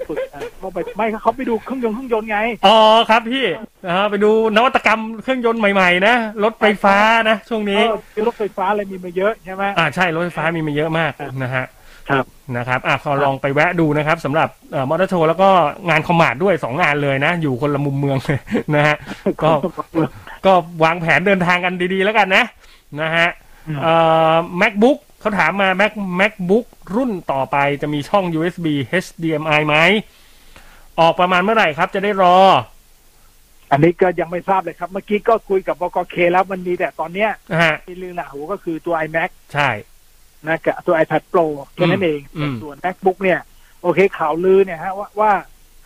Speaker 17: ฝึกๆเออเอาไปไม่เขาไปดูเครื่องยนต์เครื่องยนต์ไง
Speaker 16: อ๋อครับพี่นะฮะไปดูนวัตกรรมเครื่องยนต์ใหม่ๆนะ รถไฟฟ้านะ ช่วงนี้
Speaker 17: เออคือรถไฟฟ้าอะไรมีมาเยอะใช่ไหม
Speaker 16: อ่าใช่ รถไฟฟ้ามีมาเยอะมากนะฮะ
Speaker 17: ครับ
Speaker 16: นะครับอ่ะขอลองไปแวะดูนะครับสำหรับมอเตอร์โชว์แล้วก็งานคอมมาดด้วยสองงานเลยนะ อยู่คนละมุมเมืองเลย นะฮะก็ก็วางแผนเดินทางกันดีๆแล้วกันนะนะฮะเอ่อ macbook เขาถามมา mac macbook รุ่นต่อไปจะมีช่อง usb hdmi ไหม ออกประมาณเมื่อไหร่ครับ จะได้รอ
Speaker 17: อันนี้ก็ยังไม่ทราบเลยครับ เมื่อกี้ก็คุยกับบกเคแล้วมันมีแต่ตอนเนี้ย
Speaker 16: ฮะ
Speaker 17: มีลือหนาหูก็คือตัว iMac
Speaker 16: ใช่
Speaker 17: นะกับตัว iPad Pro แค่นั้นเอง
Speaker 16: อืม
Speaker 17: ส่วน MacBook เนี่ย โอเคข่าวลือเนี่ยฮะว่าว่า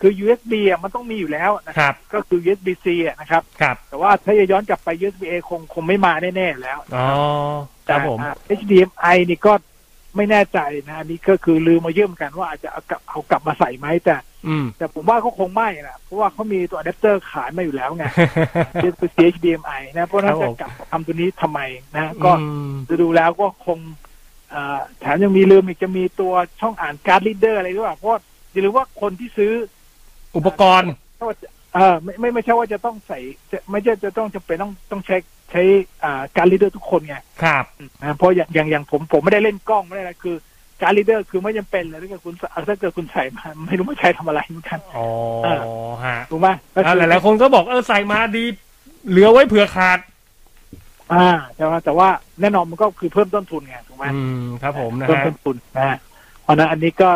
Speaker 17: คือ USB อ่ะมันต้องมีอยู่แล้วนะครับ ก็คือ USB C อ่ะนะครับ
Speaker 16: ครับ
Speaker 17: แต่ว่าถ้าจะย้อนกลับไป USB A คงคงไม่มาแน่ๆแล้ว
Speaker 16: อ๋อ ครับผม
Speaker 17: อ่า HDMI นี่ก็ไม่แน่ใจนะอันนี่ก็คือลืมมาเยี่ยมอนกันว่าอาจจะเอากลับเอากลับมาใส่ไหมแต่
Speaker 16: อืม
Speaker 17: แต่ผมว่าเขาคงไม่นะเพราะว่าเขามีตัวอะแดปเตอร์ขายมาอยู่ แล้วไง เป็นตัว HDMI นะเพราะฉะนั้
Speaker 16: ครั
Speaker 17: นจะ
Speaker 16: บผม
Speaker 17: กลับทำตัวนี้ทำไมนะ ก็
Speaker 16: อืม
Speaker 17: จะดูแล้วก็คงเอ่อแถมยังมีลืมอีกจะมีตัวช่องอ่านการ์ดรีดเดอร์อะไรด้วยเพราะอย่าลืมว่าคนที่ซื้อ
Speaker 16: อุปกรณ์
Speaker 17: เออไม่ไม่ไม่ใช่ว่าจะต้องใส่จะไม่ใช่จะต้องจำเป็นต้องต้องใช้ใช้อ่าการ์ดรีดเดอร์ทุกคนไง
Speaker 16: ครับ
Speaker 17: นะเพราะอย่างอย่างอย่างผมผมไม่ได้เล่นกล้องไม่ได้อะไรคือการลีเดอร์คือไม่จำเป็นเลยถ้าเกิดคุณถ้าเกิดคุณใส่มาไม่รู้ว่าใช้ทำอะไรเหมือนกัน
Speaker 16: อ๋อ ฮะ
Speaker 17: ถูกไหมก็
Speaker 16: อ่า
Speaker 17: คือ
Speaker 16: หลายๆคนก็บอกเออใส่มาดี เหลือไว้เผื่อขาด
Speaker 17: อ่าแต่ว่าแต่ว่าแน่นอนมันก็คือเพิ่มต้นทุนไงถูกไหม
Speaker 16: อืม ครับผมนะ
Speaker 17: เพิ่ม
Speaker 16: ฮะ
Speaker 17: ต้นทุนนะฮะเพราะฉะนั้นอันนี้ก็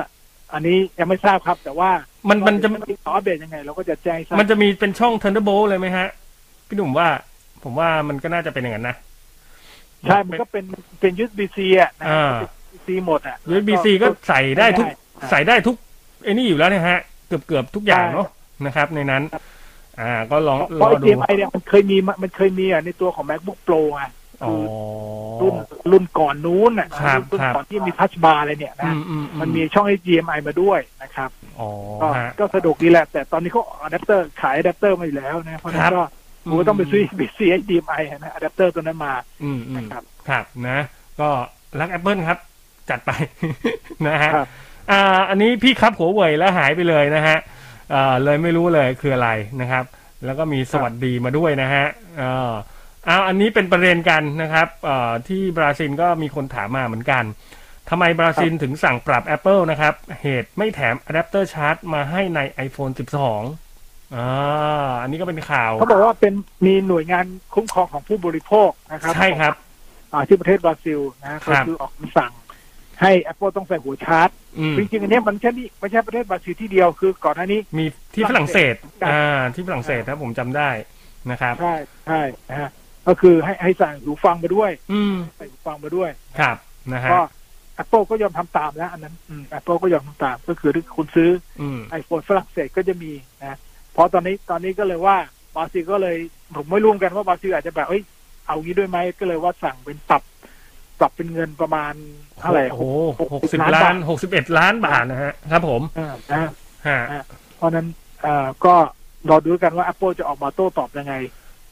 Speaker 17: อันนี้ยังไม่ทราบครับ แต่ว่า
Speaker 16: มันมันจะ
Speaker 17: มีต่ออัปเดตยังไง เราก็จะแจ้งให้ทราบ
Speaker 16: มันจะมีเป็นช่อง Thunderbolt เลยไหมฮะ พี่หนุ่มว่า ผมว่ามันก็น่าจะเป็นอย่างนั้นนะ
Speaker 17: ใช่มันก็เป็นเป็น USB-C อ่ะนะ
Speaker 16: อ่า
Speaker 17: ซีหมดอ่ะ
Speaker 16: USB-C ก็ใส่ได้ทุก ใส่ได้ทุกไอ้นี่อยู่แล้วนะฮะ เกือบเกือบทุกอย่างเนาะนะครับ ในนั้น อ่า ก็ลอง
Speaker 17: เพ
Speaker 16: รอ
Speaker 17: ราะ
Speaker 16: ดู
Speaker 17: HDMI เนี่ยมันเคยมีมามันเคยมีอ่ะในตัวของ MacBook Pro อ่ะ
Speaker 16: อ๋อ
Speaker 17: รุ่นรุ่นก่อนนู้นอ่ะ
Speaker 16: ครับ
Speaker 17: รุ่น
Speaker 16: ครับ
Speaker 17: ก่อนที่มีทัชบาร์อะไรเนี่ยนะ
Speaker 16: อืมอืมอืม
Speaker 17: มันมีช่อง HDMI มาด้วยนะครับ
Speaker 16: อ๋อ
Speaker 17: ก็
Speaker 16: ฮะ
Speaker 17: ก็สะดวกดีแหละ แต่ตอนนี้เขาอะแดปเตอร์ขายอะแดปเตอร์มาอยู่แล้วนะเพราะฉะนั้
Speaker 16: ค
Speaker 17: น
Speaker 16: รับ
Speaker 17: ก็
Speaker 16: อืม
Speaker 17: กูต้องไปซื้อ USB-C HDMI นะอะแดปเตอร์ตัวนั้นมา
Speaker 16: อืมอืมครับนะ ก็รัก Apple ครับ จัดไป นะฮะอ่า อันนี้พี่ครับหัวเว่ยแล้วหายไปเลยนะฮะอ่าเลยไม่รู้เลยคืออะไรนะครับ แล้วก็มีสวัสดีมาด้วยนะฮะเอ่าอาอันนี้เป็นประเด็นกันนะครับเอ่อที่บราซิลก็มีคนถามมาเหมือนกันทำไมบราซิลถึงสั่งปรับ Apple นะครับ เหตุไม่แถมอะแดปเตอร์ชาร์จมาให้ใน iPhone 12อ่าอันนี้ก็เป็นข่าว
Speaker 17: เขาบอกว่าเป็นมีหน่วยงานคุ้มครองของผู้บริโภคนะครับ
Speaker 16: ใช่ครับ
Speaker 17: อ่าที่ประเทศบราซิลนะ
Speaker 16: ครั
Speaker 17: เขา
Speaker 16: บ
Speaker 17: คือออกคำสั่ง ให้ Apple ต้องใส่หัวชาร์จ
Speaker 16: อืม
Speaker 17: จริงๆอันเนี้ยมันแค่นี้ไม่ใช่ประเทศบราซิลที่เดียวคือก่อนหน้านี้
Speaker 16: มีที่ฝรั่งเศส
Speaker 17: ฝรั่งเศส
Speaker 16: อ่า ที่ฝรั่งเศสนะผมจำได้นะครับ
Speaker 17: ใช่ใช่นะฮะก็คือให้ให้ใส่หูฟังมาด้วย
Speaker 16: อืม
Speaker 17: ใส่หูฟังมาด้วย
Speaker 16: ครับ นะฮะ
Speaker 17: ก็ Apple ก็ยอมทำตามแล้วอันนั้นอืม Apple ก็ยอมทำตาม ก็คือถ้าคุณซื้อ
Speaker 16: อืม
Speaker 17: iPhone ฝรั่งเศสก็จะมีนะเพราะตอนนี้ตอนนี้ก็เลยว่าบราซิลก็เลยผมไม่รู้เหมือนกันว่าบราซิลอาจจะแบบเอ้ยเอางี้ด้วยไหมก็เลยว่าสั่งเป็นปรับปรับเป็นเงินประมาณเท่าไหร่
Speaker 16: โอ้โหหกสิบล้านหกสิบเอ็ดล้านบาทนะฮะ ครับผม
Speaker 17: นะ
Speaker 16: ฮะ
Speaker 17: เพราะฉะนั้นเอ่อก็รอดูกันว่า Apple จะออกมาโต้ตอบยังไง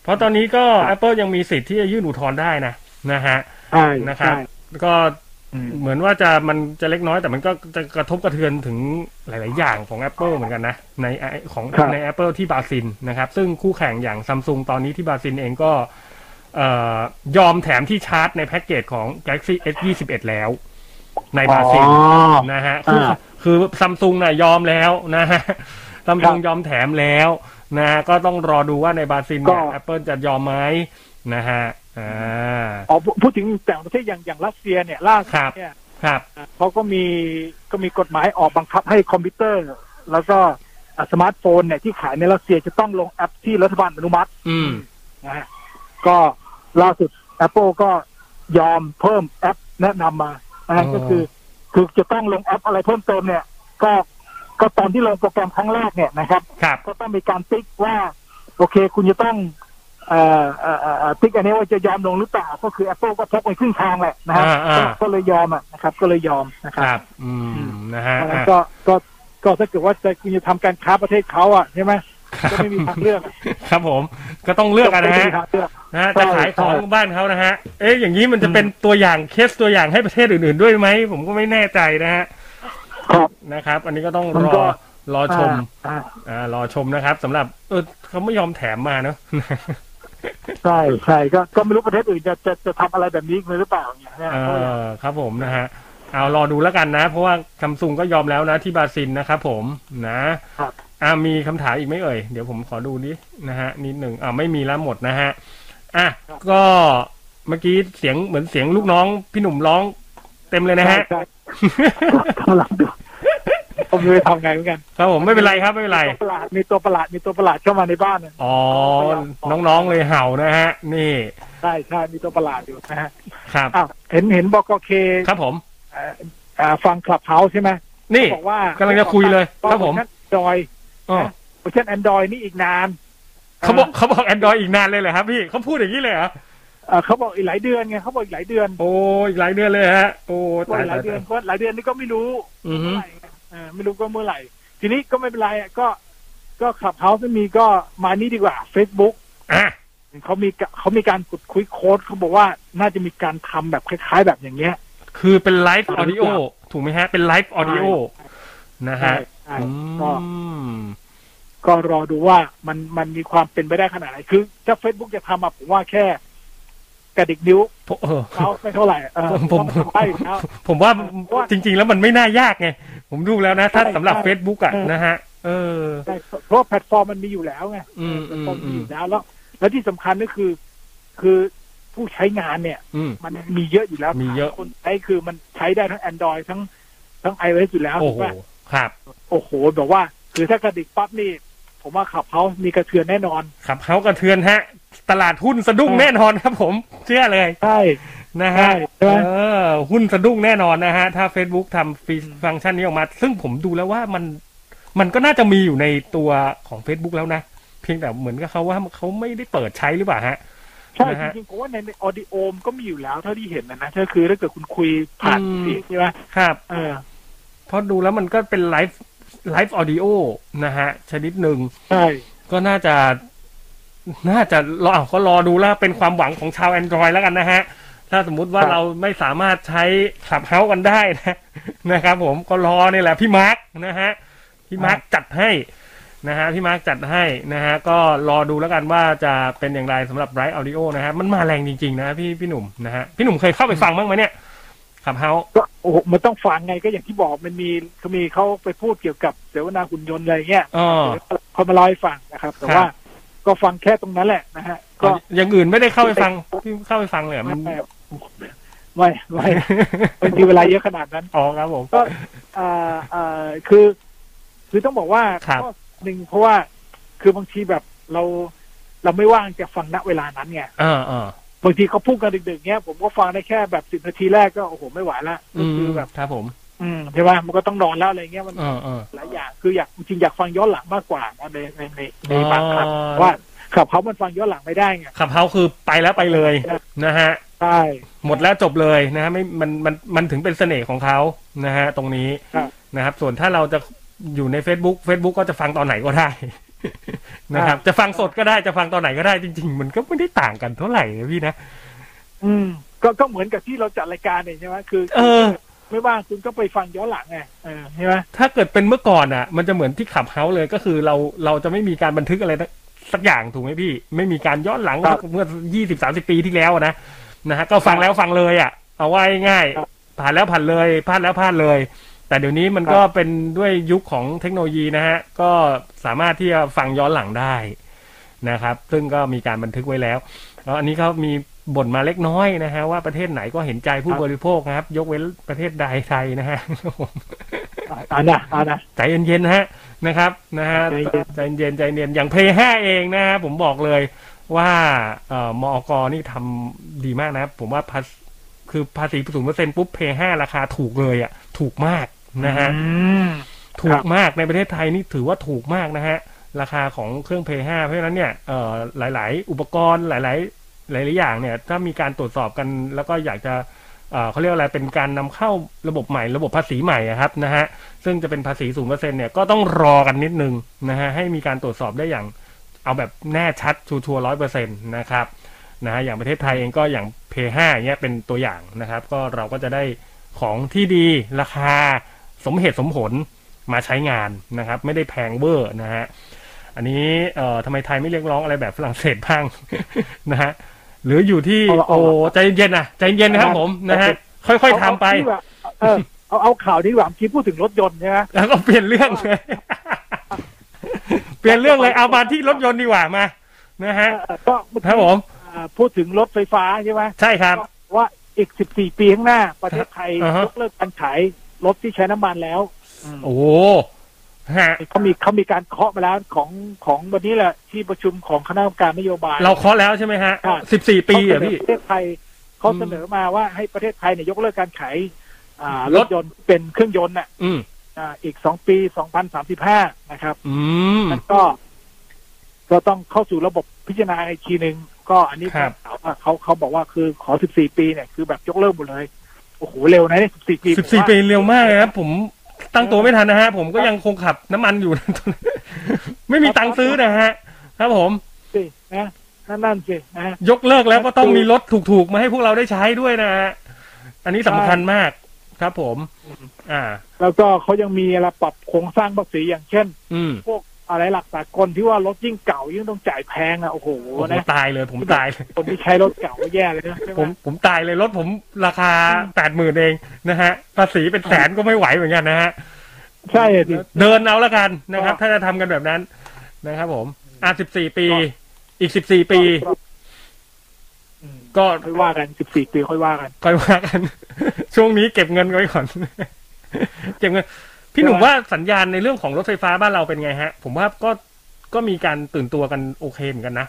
Speaker 16: เพราะตอนนี้ก็ Apple ยังมีสิทธิ์ที่จะยื่นอุทธรณ์ได้นะ นะฮะ
Speaker 17: ใช่
Speaker 16: นะครับ
Speaker 17: ใช่
Speaker 16: ก็เหมือนว่าจะมันจะเล็กน้อยแต่มันก็จะกระทบกระเทือนถึงหลาย ๆ อย่างของ Apple เหมือนกันนะ ในของใน Apple ที่บราซิลนะครับ ซึ่งคู่แข่งอย่างซัมซุงตอนนี้ที่บราซิลเองก็เอ่อยอมแถมที่ชาร์จในแพ็กเกจของ Galaxy S 2 1แล้ว ในบราซิล
Speaker 17: อ๋อ
Speaker 16: นะฮะ
Speaker 17: อ่า
Speaker 16: คือซัมซุงน่ะยอมแล้วนะฮะซัมซุงยอมแถมแล้วนะฮะก็ต้องรอดูว่าในบราซิลเนี่ย Apple จะยอมไหมนะฮะอ่า
Speaker 17: อ๋อพูพูดถึงแต่างประเทศอย่างอย่างรัสเซียเนี่ยล่าสุดเนี่ย
Speaker 16: ครับ
Speaker 17: เขาก็มีก็มีกฎหมายออกบังคับให้คอมพิวเตอร์ แล้วก็อ่ะสมาร์ทโฟนเนี่ยที่ขายในรัสเซียจะต้องลงแอปที่รัฐบาลอนุมัติ
Speaker 16: อืม
Speaker 17: นะฮะก็ล่าสุด Apple ก็ยอมเพิ่มแอปแนะนำมานะฮะ
Speaker 16: อ๋อ
Speaker 17: ก็คือคือจะต้องลงแอปอะไรเพิ่มเติมเนี่ย ก็ก็ตอนที่ลงโปรแกรมครั้งแรกเนี่ยนะครับ
Speaker 16: ครับ
Speaker 17: ก็ต้องมีการติ๊กว่า โอเค คุณจะต้องเอ่อเอ่อเอ่อติ๊กอันนี้ว่าจะยอมลงหรือเปล่าก็คือ Apple ก็ทบไปครึ่งทางแหละนะฮะ
Speaker 16: อ่าอ่า
Speaker 17: ก็ก็เลยยอมอ่ะนะครับ ก็เลยยอมนะค
Speaker 16: ครับ รับ อืม นะฮะ
Speaker 17: แล้วก็ก็ก็ถ้าเกิดว่าจะคุณจะทำการค้าประเทศเขาอ่ะใช่ไหมก็ไม่มีทางเลือก
Speaker 16: ครับผม ก็ต้องเลือกกันนะฮะ นะฮะ
Speaker 17: ใช่
Speaker 16: จะขายของ
Speaker 17: ใช่
Speaker 16: บ้านเขานะฮะ เอ๊ะ อย่างนี้มันจะเป็นตัวอย่างเคสตัวอย่างให้ประเทศอื่นๆด้วยไหม ผมก็ไม่แน่ใจนะฮะ นะครับ อันนี้ก็ต้อง
Speaker 17: มัน
Speaker 16: ร
Speaker 17: ก็
Speaker 16: อ รอชม
Speaker 17: อ่า
Speaker 16: อ่า รอชมนะครับสำหรับ เออเขาไม่ยอมแถมมาเนอะ
Speaker 17: ใช่ใช่ก็ก็ไม่รู้ประเทศอื่นจะจะจะทำอะไรแบบนี้อีกหรือเปล่าเนี่ยนะ
Speaker 16: เออครับผมนะฮะ เอารอดูแล้วกันนะ เพราะว่าซัมซุงก็ยอมแล้วนะที่บราซิลนะครับผมนะอ่ามีคำถามอีกไหมเอ่ย เดี๋ยวผมขอดูนิดนะฮะนิดหนึ่งอ่าไม่มีแล้วหมดนะฮะอ่ะก็เมื่อกี้เสียงเหมือนเสียงลูกน้องพี่หนุ่มร้องเต็มเลยนะฮะ
Speaker 17: ผมไม่รู้จะทำไงเหมือนกัน
Speaker 16: ครับผมไม่เป็นไรครับไม่เป็นไร
Speaker 17: ตัวประหลาดมีตัวประหลาดมีตัวประหลาดเข้ามาในบ้านเนี่ย
Speaker 16: อ๋อ น้องๆเลยเห่านะฮะ นี่
Speaker 17: ใช่ใช่มีตัวประหลาดอยู่นะฮะ
Speaker 16: ครับ
Speaker 17: อ้าวเห็นเห็นบกเค
Speaker 16: ครับผม
Speaker 17: อ่าฟังคลับเฮาใช่ไหม
Speaker 16: นี่
Speaker 17: เขาบอกว่าก
Speaker 16: ำลังจะคุยเลยครับผม
Speaker 17: จอย นะเวอร์ชัน Android นี่อีกนาน
Speaker 16: เขาบอก
Speaker 17: เขาบอก Android อีกนานเลยเหรอครับพี่เขาพูดอย่างนี้เลยเหรอเขาบอกอีกหลายเดือนไงเขาบอกอีกหลายเดือน โอ้อีกหลายเดือนเลยฮะโอ้
Speaker 16: ตาย
Speaker 17: หลายเดือน
Speaker 16: ตาย
Speaker 17: เพราะหลายเดือนนี่ก็ไม่รู้
Speaker 16: อือฮึ
Speaker 17: เออไม่รู้ก็เมื่อไหร่ ทีนี้ก็ไม่เป็นไรอะก็ก็ขับเฮาส์มีก็มานี่ดีกว่า Facebook เขามีกะเขามีการขุดคุยโค้ดเขาบอกว่าน่าจะมีการทำแบบคล้าย ๆ แบบอย่างเงี้ย
Speaker 16: คือเป็นไลฟ์ออดิโอ
Speaker 17: ถูกไหมฮะ เป็นไลฟ์ออดิโอ
Speaker 16: นะฮะ
Speaker 17: ใช่ก็ก็รอดูว่ามันมันมีความเป็นไปได้ขนาดไหน คือถ้า Facebook จะทำอะผมว่าแค่กระดิกนิ้วเขาไม่เท่าไหร่เออ
Speaker 16: ผมผม
Speaker 17: เพราะนทำได้อยู่แล้ว
Speaker 16: ผมว่า
Speaker 17: เพราะว่า
Speaker 16: จริง ๆ แล้วมันไม่น่ายากไง ผมดูแล้วนะ ถ้า
Speaker 17: ใช่
Speaker 16: สำหรับ
Speaker 17: ใช่
Speaker 16: Facebook อ่ะนะฮะ เออ
Speaker 17: ใช่เพราะว่าแพลตฟอร์มมันมีอยู่แล้วไง
Speaker 16: อืม
Speaker 17: แพลตฟ
Speaker 16: อืม
Speaker 17: อร์ม
Speaker 16: อื
Speaker 17: มีอ
Speaker 16: ม
Speaker 17: ยู่แล้วแล้ว แล้วที่สำคัญก็คือ คือผู้ใช้งานเนี่ย
Speaker 16: อืม
Speaker 17: มันมีเยอะอยู่แล้ว
Speaker 16: มีเยอะ
Speaker 17: คนใช้คือมันใช้ได้ทั้ง Android ทั้งทั้ง iOS อยู่แล้ว
Speaker 16: โอ้
Speaker 17: ถู
Speaker 16: โห
Speaker 17: กปะ
Speaker 16: ครับ
Speaker 17: โอ้โหแบบว่า คือถ้ากระดิกปั๊บนี่ ผมว่าขับเขามีกระเทือนแน่นอน
Speaker 16: ครับเขากระเทือนฮะ ตลาดหุ้นสะดุ้งแน่นอนครับผม เชื่อเลย
Speaker 17: ใช่
Speaker 16: นะ
Speaker 17: ใช่
Speaker 16: ฮะ
Speaker 17: ใช่ไหม
Speaker 16: เออ หุ้นสะดุ้งแน่นอนนะฮะ ถ้า Facebook ทำฟีฟังก์ชันนี้ออกมา ซึ่งผมดูแล้วว่ามัน มันก็น่าจะมีอยู่ในตัวของ Facebook แล้วนะ เพียงแต่เหมือนกับเขาว่าเขาไม่ได้เปิดใช้หรือเปล่าฮะ
Speaker 17: ใช่จ
Speaker 16: นะฮะ
Speaker 17: ริงๆผมว่าในออดิโอมก็มีอยู่แล้วเท่าที่เห็นนะนะก็คือถ้าเกิดคุณคุยผ่าน
Speaker 16: อืม
Speaker 17: เสียงใช่ไหม
Speaker 16: ครับ
Speaker 17: เออ
Speaker 16: เพราะดูแล้วมันก็เป็นไลฟ์ไลฟ์ออดิโอนะฮะ ชนิดหนึ่ง
Speaker 17: ใช่
Speaker 16: ก็น่าจะ น่าจะรออ้าวก็รอดูแล้วเป็นความหวังของชาว Android แล้วกันนะฮะ ถ้าสมมุติว่า
Speaker 17: ครับ
Speaker 16: เราไม่สามารถใช้ขับเฮากันได้นะ นะครับผมก็รอนี่แหละพี่มาร์กนะฮะ พี่มาร์กจัดให้นะฮะพี่มาร์กจัดให้นะฮะ ก็รอดูแล้วกันว่าจะเป็นอย่างไรสำหรับไรออดิโอนะฮะ มันมาแรงจริงๆนะพี่พี่หนุ่มนะฮะพี่หนุ่มเคยเข้าไปฟังบ้างไหมเนี่ยขับเฮา
Speaker 17: ก็โอ้โหมันต้องฟังไงก็อย่างที่บอกมันมีเขามีเขาไปพูดเกี่ยวกับเสวนาหุ่นยนต์อะไรเงี้ย
Speaker 16: อ๋อ
Speaker 17: เขามาเล่าให้ฟังนะครับ แต่ว่าก็ฟังแค่ตรงนั้นแหละนะฮะ ก็
Speaker 16: ก็อย่างอื่นไม่ได้เข้าไปฟังพี่เข้าไปฟังเลยเหรอมัน
Speaker 17: ไม่ ไม่ไม่ไม่มีเวลาเยอะขนาดนั้น
Speaker 16: อ๋อครับผม
Speaker 17: ก็เอ่อเอ่อคือ คือต้องบอกว่า
Speaker 16: ครับ
Speaker 17: ข้อหนึ่งเพราะว่าคือบางทีแบบเราเราไม่ว่างจะฟังณเวลานั้นไง
Speaker 16: อ่าอ่า
Speaker 17: บางทีเขาพูดกันดึกๆเนี้ยผมก็ฟังได้แค่แบบสิบนาทีแรกก็โอ้โหไม่ไหวละ
Speaker 16: อืม
Speaker 17: คือแบบ
Speaker 16: ครับผม
Speaker 17: อืมใช่ป่ะมันก็ต้องนอนแล้วอะไรเงี้ยมัน
Speaker 16: อ่าอ่า
Speaker 17: หลายอย่างคืออยากจริงๆอยากฟังย้อนหลังมากกว่านะในในในใน
Speaker 16: อ๋อ
Speaker 17: บางครั้งว่าขับเขามันฟังย้อนหลังไม่ได้ไง
Speaker 16: ขับเฮาคือไปแล้วไปเลยนะฮะ
Speaker 17: ใช่
Speaker 16: หมดแล้วจบเลยนะฮะไม่มันมันมันถึงเป็นเสน่ห์ของเขานะฮะ ตรงนี้นะครับ ส่วนถ้าเราจะอยู่ใน Facebook Facebook ก็จะฟังตอนไหนก็ได้ นะครับ จะฟังสดก็ได้จะฟังตอนไหนก็ได้จริง ๆ มันก็ไม่ได้ต่างกันเท่าไหร่นะพี่นะ
Speaker 17: อืม ก็ก็เหมือนกับที่เราจัดรายการเนี่ยใช่ไหมคือ
Speaker 16: เออ
Speaker 17: ไม่ว่างคุณก็ไปฟังย้อนหลังไงเออ ใช่ไหม
Speaker 16: ถ้าเกิดเป็นเมื่อก่อนอ่ะ มันจะเหมือนที่ขับเฮาเลยก็คือเราเราจะไม่มีการบันทึกอะไรสักอย่างถูกไหมพี่ ไม่มีการย้อนหลังเมื่อยี่สิบสามสิบปีที่แล้วอะนะนะฮะก็ฟังแล้วฟังเลยอ่ะ เอาไว้ง่ายๆผ่านแล้วผ่านเลยพลาดแล้วพลาดเลย แต่เดี๋ยวนี้มันก็เป็นด้วยยุคของเทคโนโลยีนะฮะ ก็สามารถที่จะฟังย้อนหลังได้นะครับ ซึ่งก็มีการบันทึกไว้แล้วแล้วอันนี้เขามีบ่นมาเล็กน้อยนะฮะว่าประเทศไหนก็เห็นใจผู้บริโภคนะครับ ยกเว้นประเทศใดไทยนะฮ ะ
Speaker 17: เอานะเอานะ
Speaker 16: ใจเย็นๆนะฮะนะครับนะฮะใจเย็นใจเย็นอย่างเพลย์ห้าเองนะฮะผมบอกเลยว่าเอ่อมอกนี่ทำดีมากนะครับผมว่าภาษคือภาษีศูนเปอร์เซ็นปุ๊บเพย์ห้าราคาถูกเลยอ่ะ ถูกมากนะฮะถูกมากในประเทศไทยนี่ถือว่าถูกมากนะฮะ ราคาของเครื่องเพย์ห้าเพราะฉะนั้นเนี่ยเอ่อหลาย ๆ อุปกรณ์หลาย ๆ หลาย ๆ อย่างเนี่ย ถ้ามีการตรวจสอบกันแล้วก็อยากจะ เอ่อเขาเรียกอะไรเป็นการนำเข้าระบบใหม่ระบบภาษีใหม่อะครับนะฮะซึ่งจะเป็นภาษีศูนเปอร์เซ็นเนี่ยก็ต้องรอกันนิดนึงนะฮะให้มีการตรวจสอบได้อย่าง เอาแบบแน่ชัดชัวร์ร้อยเปอร์เซ็นต์นะครับนะฮะอย่างประเทศไทยเองก็อย่างเพย์ห้าเนี้ยเป็นตัวอย่างนะครับ ก็เราก็จะได้ของที่ดีราคาสมเหตุสมผลมาใช้งานนะครับ ไม่ได้แพงเวอร์นะฮะอันนี้เอ่อทำไมไทยไม่เรียกร้องอะไรแบบฝรั่งเศสบ้าง นะฮะหรืออยู่ที่โอ้ใจเย็นๆนะใจเย็นนะครับผมนะฮะค่อยๆทำไป
Speaker 17: เอาเอาที่แบบเออเอาเอาข่าวนี้ดีกว่าเมื่อกี้พูดถึงรถยนต์ใช่ไหม
Speaker 16: แล้วก็เปลี่ยนเรื่องเลย เปลี่ยนเรื่องเลยเอามาที่รถยนต์ดีกว่ามานะฮะ
Speaker 17: ก็เอกี้
Speaker 16: ครับผม
Speaker 17: อ่าพูดถึงรถไฟฟ้าใช่ไหม
Speaker 16: ใช่ครับ
Speaker 17: ว่าอีก 14 ปีข้างหน้า ประเทศไทย
Speaker 16: อ่าฮะ
Speaker 17: ยกเลิกการขายรถที่ใช้น้ำมันแล้ว
Speaker 16: โอ้โหฮะ
Speaker 17: เขามีเขามีการเคาะมาแล้วของของวันนี้แหละที่ประชุมของคณะกรรมการนโยบาย
Speaker 16: เราเคาะแล้วใช่ไหมฮะสิบสี่ปีเหรอพี่
Speaker 17: ประเทศไทยเขาเสนอมาว่าให้ประเทศไทยเนี่ยยกเลิกการขายอ่ารถยนต์เป็นเครื่องยนต์น่ะ
Speaker 16: อืม
Speaker 17: เ อ่าอีกสองปีสองพันสามสิบห้านะครับ
Speaker 16: อืม
Speaker 17: แล้วก็ก็ต้องเข้าสู่ระบบพิจารณาอีกทีหนึ่งก็อันนี้
Speaker 16: ครับ
Speaker 17: ถามว่าเขาเขาบอกว่าคือขอ 14 ปีเนี่ยคือแบบยกเลิกหมดเลย โอ้โห เร็วนะเนี่ย14 ปี
Speaker 16: สิบสี่ปีเร็วมากเลยครับผมตั้งตัวไม่ทันนะฮะ ผมก็ยังคงขับน้ำมันอยู่ ไม่มีตังค์ซื้อนะฮะ ครับผม
Speaker 17: สินะนั่นนั่นสินะฮะ
Speaker 16: ยกเลิกแล้วก็ต้องมีรถถูกๆ มาให้พวกเราได้ใช้ด้วยนะฮะอันนี้สำคัญมากครับผม อ่า
Speaker 17: แล้วก็เขายังมีอะไรปรับโครงสร้างภาษีอย่างเช่น
Speaker 16: อืม
Speaker 17: พวกอะไรหลักสากลที่ว่ารถยิ่งเก่ายิ่งต้องจ่ายแพงอ่ะโอ้โห
Speaker 16: โอ้โห
Speaker 17: นะ
Speaker 16: ตายเลย ผมตายเลย
Speaker 17: คนที่ใช้รถเก่าก็แย่เลยนะใช่ไห
Speaker 16: ผม มผมตายเลยรถผมราคาแปดหมื่นเองนะฮะ ภาษีเป็นแสนก็ไม่ไหวเหมือนกันนะฮะ
Speaker 17: ใช่ดิ
Speaker 16: เดินเอาละกันนะครับ ถ้าจะทำกันแบบนั้นนะครับผมอ่ะสิบสี่ปี อีกสิบสี่ปี ก็
Speaker 17: ค่อยว่ากันสิบสี่ปีค่อยว่ากัน
Speaker 16: ค่อยว่ากัน ช่วงนี้เก็บเงินไว้ก่อน เก็บเงิน พี่หนุ่มว่าสัญญาณในเรื่องของรถไฟฟ้าบ้านเราเป็นไงฮะ ผมว่าก็ก็มีการตื่นตัวกันโอเคเหมือนกันนะ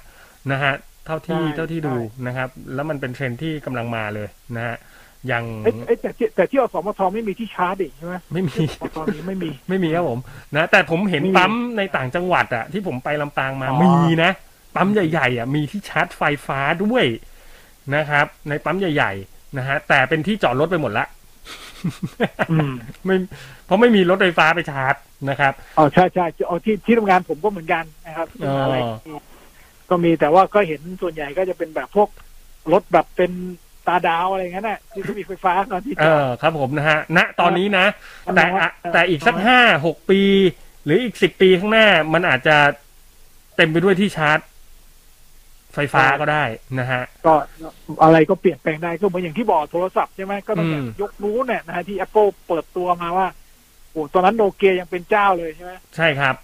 Speaker 16: นะฮะ เท่าที่
Speaker 17: ใช่
Speaker 16: เท่าที่ดูนะครับ แล้วมันเป็นเทรนด์ที่กำลังมาเลยนะฮะยัง
Speaker 17: เอ้ยเอ้ยแต่ที่แต่ที่อสมทไม่มีที่ชาร์จอีกใช่ไหม
Speaker 16: ไม่มี
Speaker 17: อสมทนี้ไม่มี
Speaker 16: ไม่มีครับผมนะแต่ผมเห็น
Speaker 17: ไม่มี
Speaker 16: ปั๊มในต่างจังหวัดอะที่ผมไปลำปางมา
Speaker 17: อ๋อ
Speaker 16: มีนะปั๊มใหญ่ๆอะมีที่ชาร์จไฟฟ้าด้วยนะครับ ในปั๊มใหญ่ ๆ นะฮะแต่เป็นที่จอดรถไปหมดละ ไม่เพราะไม่มีรถไฟฟ้าไปชาร์จนะครับ
Speaker 17: อ๋อใช่ใช่เอาที่ที่ทำงานผมก็เหมือนกันนะครับ
Speaker 16: อ๋ออ
Speaker 17: อะไรก็มีแต่ว่าก็เห็นส่วนใหญ่ก็จะเป็นแบบพวกรถแบบเป็นตาดาวอะไรเงี้ยน่ะที่ก็มีไฟฟ้าตอนที่
Speaker 16: เอ
Speaker 17: จอ
Speaker 16: อ
Speaker 17: ด
Speaker 16: ครับผมนะฮะณตอนนี้นะ
Speaker 17: ครับ
Speaker 16: แต่
Speaker 17: ค
Speaker 16: อะ
Speaker 17: รับ
Speaker 16: แต่อีกสักห้าหกปี หรืออีกสิบปีข้างหน้า มันอาจจะเต็มไปด้วยที่ชาร์จ ไฟฟ้าก็ได้นะฮะ
Speaker 17: ก็อะไรก็เปลี่ยนแปลงได้ก็เหมือนอย่างที่บอกโทรศัพท์ใช่ไหมก็ตั้งแต่
Speaker 16: อืม
Speaker 17: ยกนู้นเนี่ยนะฮะที่ Apple เปิดตัวมาว่าโอ้ตอนนั้นโนเกียยังเป็นเจ้าเลยใช่ไหม
Speaker 16: ใช่ครับ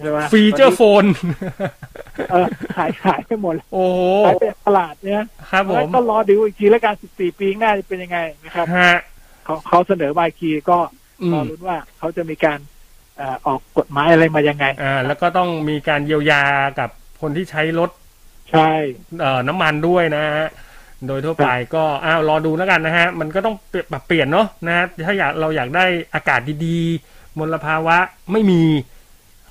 Speaker 17: ใช่ไหม
Speaker 16: ฟีเจอร์โฟน
Speaker 17: เออขายขายไปหมด
Speaker 16: โอ้โห
Speaker 17: ขายไปตลาดเนี่ย
Speaker 16: ครับผม
Speaker 17: แล้วก็รอดูอีกทีแล้วการ 14 ปีข้างหน้าจะเป็นยังไงนะครับ
Speaker 16: ฮะ
Speaker 17: เขาเขาเสนอมาอีกทีก็
Speaker 16: อืม
Speaker 17: รอรุ้นว่าเขาจะมีการเอ่อออกกฎหมายอะไรมายังไง
Speaker 16: อ่า แล้วก็ต้องมีการเยียวยากับคนที่ใช้รถ
Speaker 17: ใช่
Speaker 16: เอ่อน้ำมันด้วยนะฮะ โดยทั่วไปก็อ้าวรอดูแล้วกันนะฮะ มันก็ต้องเปลี่ยนปรับเปลี่ยนเนาะนะฮะถ้าอยากเราอยากได้อากาศดีๆ มลภาวะไม่มี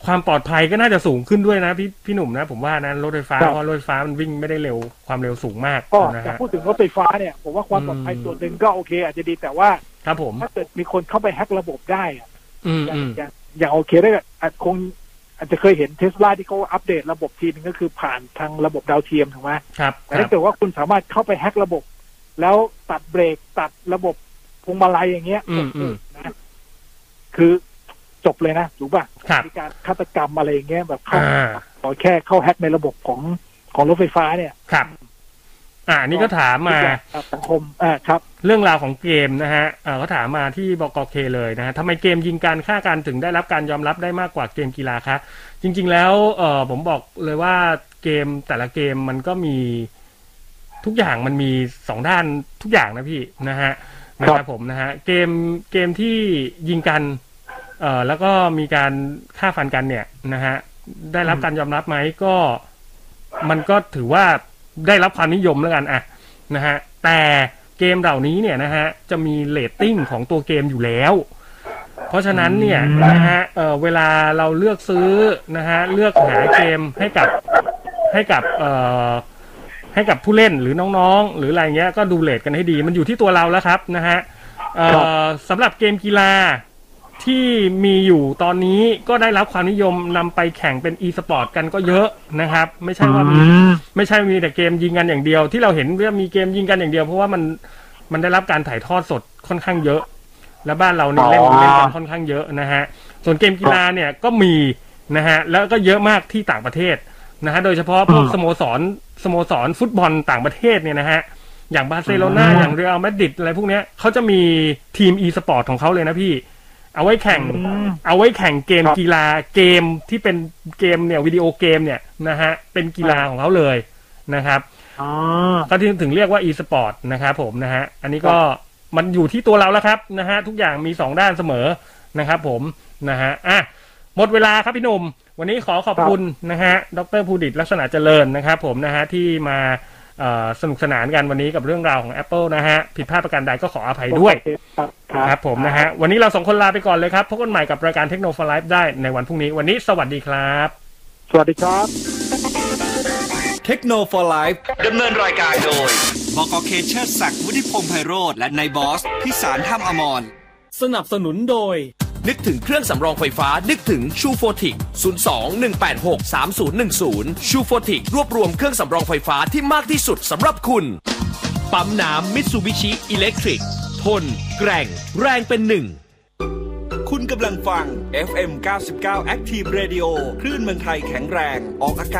Speaker 16: ความปลอดภัยก็น่าจะสูงขึ้นด้วยนะพี่พี่หนุ่มนะ ผมว่านะรถไฟฟ้า
Speaker 17: ครับ
Speaker 16: เพราะรถไฟฟ้ามันวิ่งไม่ได้เร็วความเร็วสูงมาก
Speaker 17: ก็
Speaker 16: นะ
Speaker 17: จะ
Speaker 16: ฮะ
Speaker 17: พูดถึงรถไฟฟ้าเนี่ยผมว่าความปลอดภัย
Speaker 16: อืม
Speaker 17: ส่วนหนึ่งก็โอเค อาจจะดีแต่ว่า
Speaker 16: ครับผม
Speaker 17: ถ้าเกิดมีคนเข้าไปแฮ็กระบบได้อะ
Speaker 16: อืมอืม
Speaker 17: อย่างอย่างโอเคได้แบบอาจคง อาจจะเคยเห็นเทสลาที่เขาอัปเดตระบบทีนึงก็คือผ่านทางระบบดาวเทียมถูกไหม
Speaker 16: ครับ
Speaker 17: แต่
Speaker 16: ครั
Speaker 17: ถ้า
Speaker 16: บ
Speaker 17: เกิดว่าคุณสามารถเข้าไปแฮ็กระบบ แล้วตัดเบรกตัดระบบพวงมาลัยอย่างเงี้ย
Speaker 16: อืมอืม
Speaker 17: คือจบเลยนะถูกป่ะ
Speaker 16: ครับ
Speaker 17: มีการฆาตกรรมอะไรอย่างเงี้ยแบบเข้า
Speaker 16: อ่า
Speaker 17: ขอแค่เข้าแฮ็กในระบบของของรถไฟฟ้าเนี่ย
Speaker 16: ครับ อ่า นี่ก็ถามมา
Speaker 17: ครับสังคมอ่าครับ
Speaker 16: เรื่องราวของเกมนะฮะเอ่อเขาถามมาที่บกเคเลยนะฮะทำไมเกมยิงการฆ่ากันถึงได้รับการยอมรับได้มากกว่าเกมกีฬาคะ จริง ๆ แล้วเออผมบอกเลยว่าเกมแต่ละเกมมันก็มีทุกอย่างมันมีสองด้านทุกอย่างนะพี่นะฮะนะครับผมนะฮะเกมเกมที่ยิงกันเอ่อแล้วก็มีการฆ่าฟันกันเนี่ยนะฮะได้รับการยอมรับไหมก็ มันก็ถือว่าได้รับความนิยมแล้วกันอะนะฮะแต่เกมเหล่านี้เนี่ยนะฮะจะมีเรตติ้งของตัวเกมอยู่แล้ว เพราะฉะนั้นเนี่ยนะฮะเอ่อเวลาเราเลือกซื้อนะฮะเลือกหาเกมให้กับให้กับเอ่อให้กับผู้เล่นหรือน้องๆ หรืออะไรเงี้ยก็ดูเรตกันให้ดี มันอยู่ที่ตัวเราแล้วครับนะฮะเอ่อ
Speaker 17: ครับ
Speaker 16: สำหรับเกมกีฬา ที่มีอยู่ตอนนี้ก็ได้รับความนิยมนำไปแข่งเป็น e สปอร์ตกันก็เยอะนะครับ ไม่ใช่ว่ามีไม่ใช่มีแต่เกมยิงกันอย่างเดียว ที่เราเห็นเรื่องมีเกมยิงกันอย่างเดียว เพราะว่ามันมันได้รับการถ่ายทอดสดค่อนข้างเยอะ และบ้านเราเนี่ยเล่น
Speaker 17: อ๋อ
Speaker 16: เล่นกันค่อนข้างเยอะนะฮะส่วนเกมกีฬาเนี่ยก็มีนะฮะแล้วก็เยอะมากที่ต่างประเทศนะฮะโดยเฉพาะพวกสโมสรสโมสรฟุตบอลต่างประเทศเนี่ยนะฮะอย่างบาร์เซโลนาอย่างเรอัลมาดริดอะไรพวกเนี้ยเขาจะมีทีม e สปอร์ตของเขาเลยนะพี่ เอาไว้แข่ง เอาไว้แข่งเกมกีฬาเกมที่เป็นเกมเนี่ยวิดีโอเกมเนี่ยนะฮะเป็นกีฬาของเขาเลยนะครับก็ที่ถึงเรียกว่า e-sport นะครับผมนะฮะอันนี้ก็มันอยู่ที่ตัวเราแล้วครับนะฮะทุกอย่างมีสองด้านเสมอนะครับผมนะฮะอ่ะหมดเวลาครับพี่หนุ่มวันนี้ขอขอบคุณนะฮะดรภูดิตลักษณะเจริญนะครับผมนะฮะที่มา เอ่อสนุกสนานกันวันนี้กับเรื่องราวของ Apple นะฮะ ผิดพลาดประการใดก็ขออภัยด้วย
Speaker 17: ครับ
Speaker 16: ครับผมนะฮะ วันนี้เราสองคนลาไปก่อนเลยครับ พบกันใหม่กับรายการเทคโนโลยีได้ในวันพรุ่งนี้ วันนี้สวัสดีครับ
Speaker 17: สวัสดีครับ
Speaker 3: เทคโนโลยีดำเนินรายการโดย บกเคเชอร์ศักดิ์วุฒิพงษ์ไพโรธและนายบอส พิสารท่ามอมร
Speaker 16: สนับสนุนโดย
Speaker 5: นึกถึงเครื่องสำรองไฟฟ้า นึกถึงชูโฟติก02 186 3010 ชูโฟติกรวบรวมเครื่องสำรองไฟฟ้าที่มากที่สุดสำหรับคุณ ปั๊มน้ำมิตซูบิชิอิเล็กทริก ทน แกร่ง แรงเป็นหนึ่ง
Speaker 3: คุณกำลังฟัง FM 99 Active Radio คลื่นเมืองไทยแข็งแรง ออกอากาศ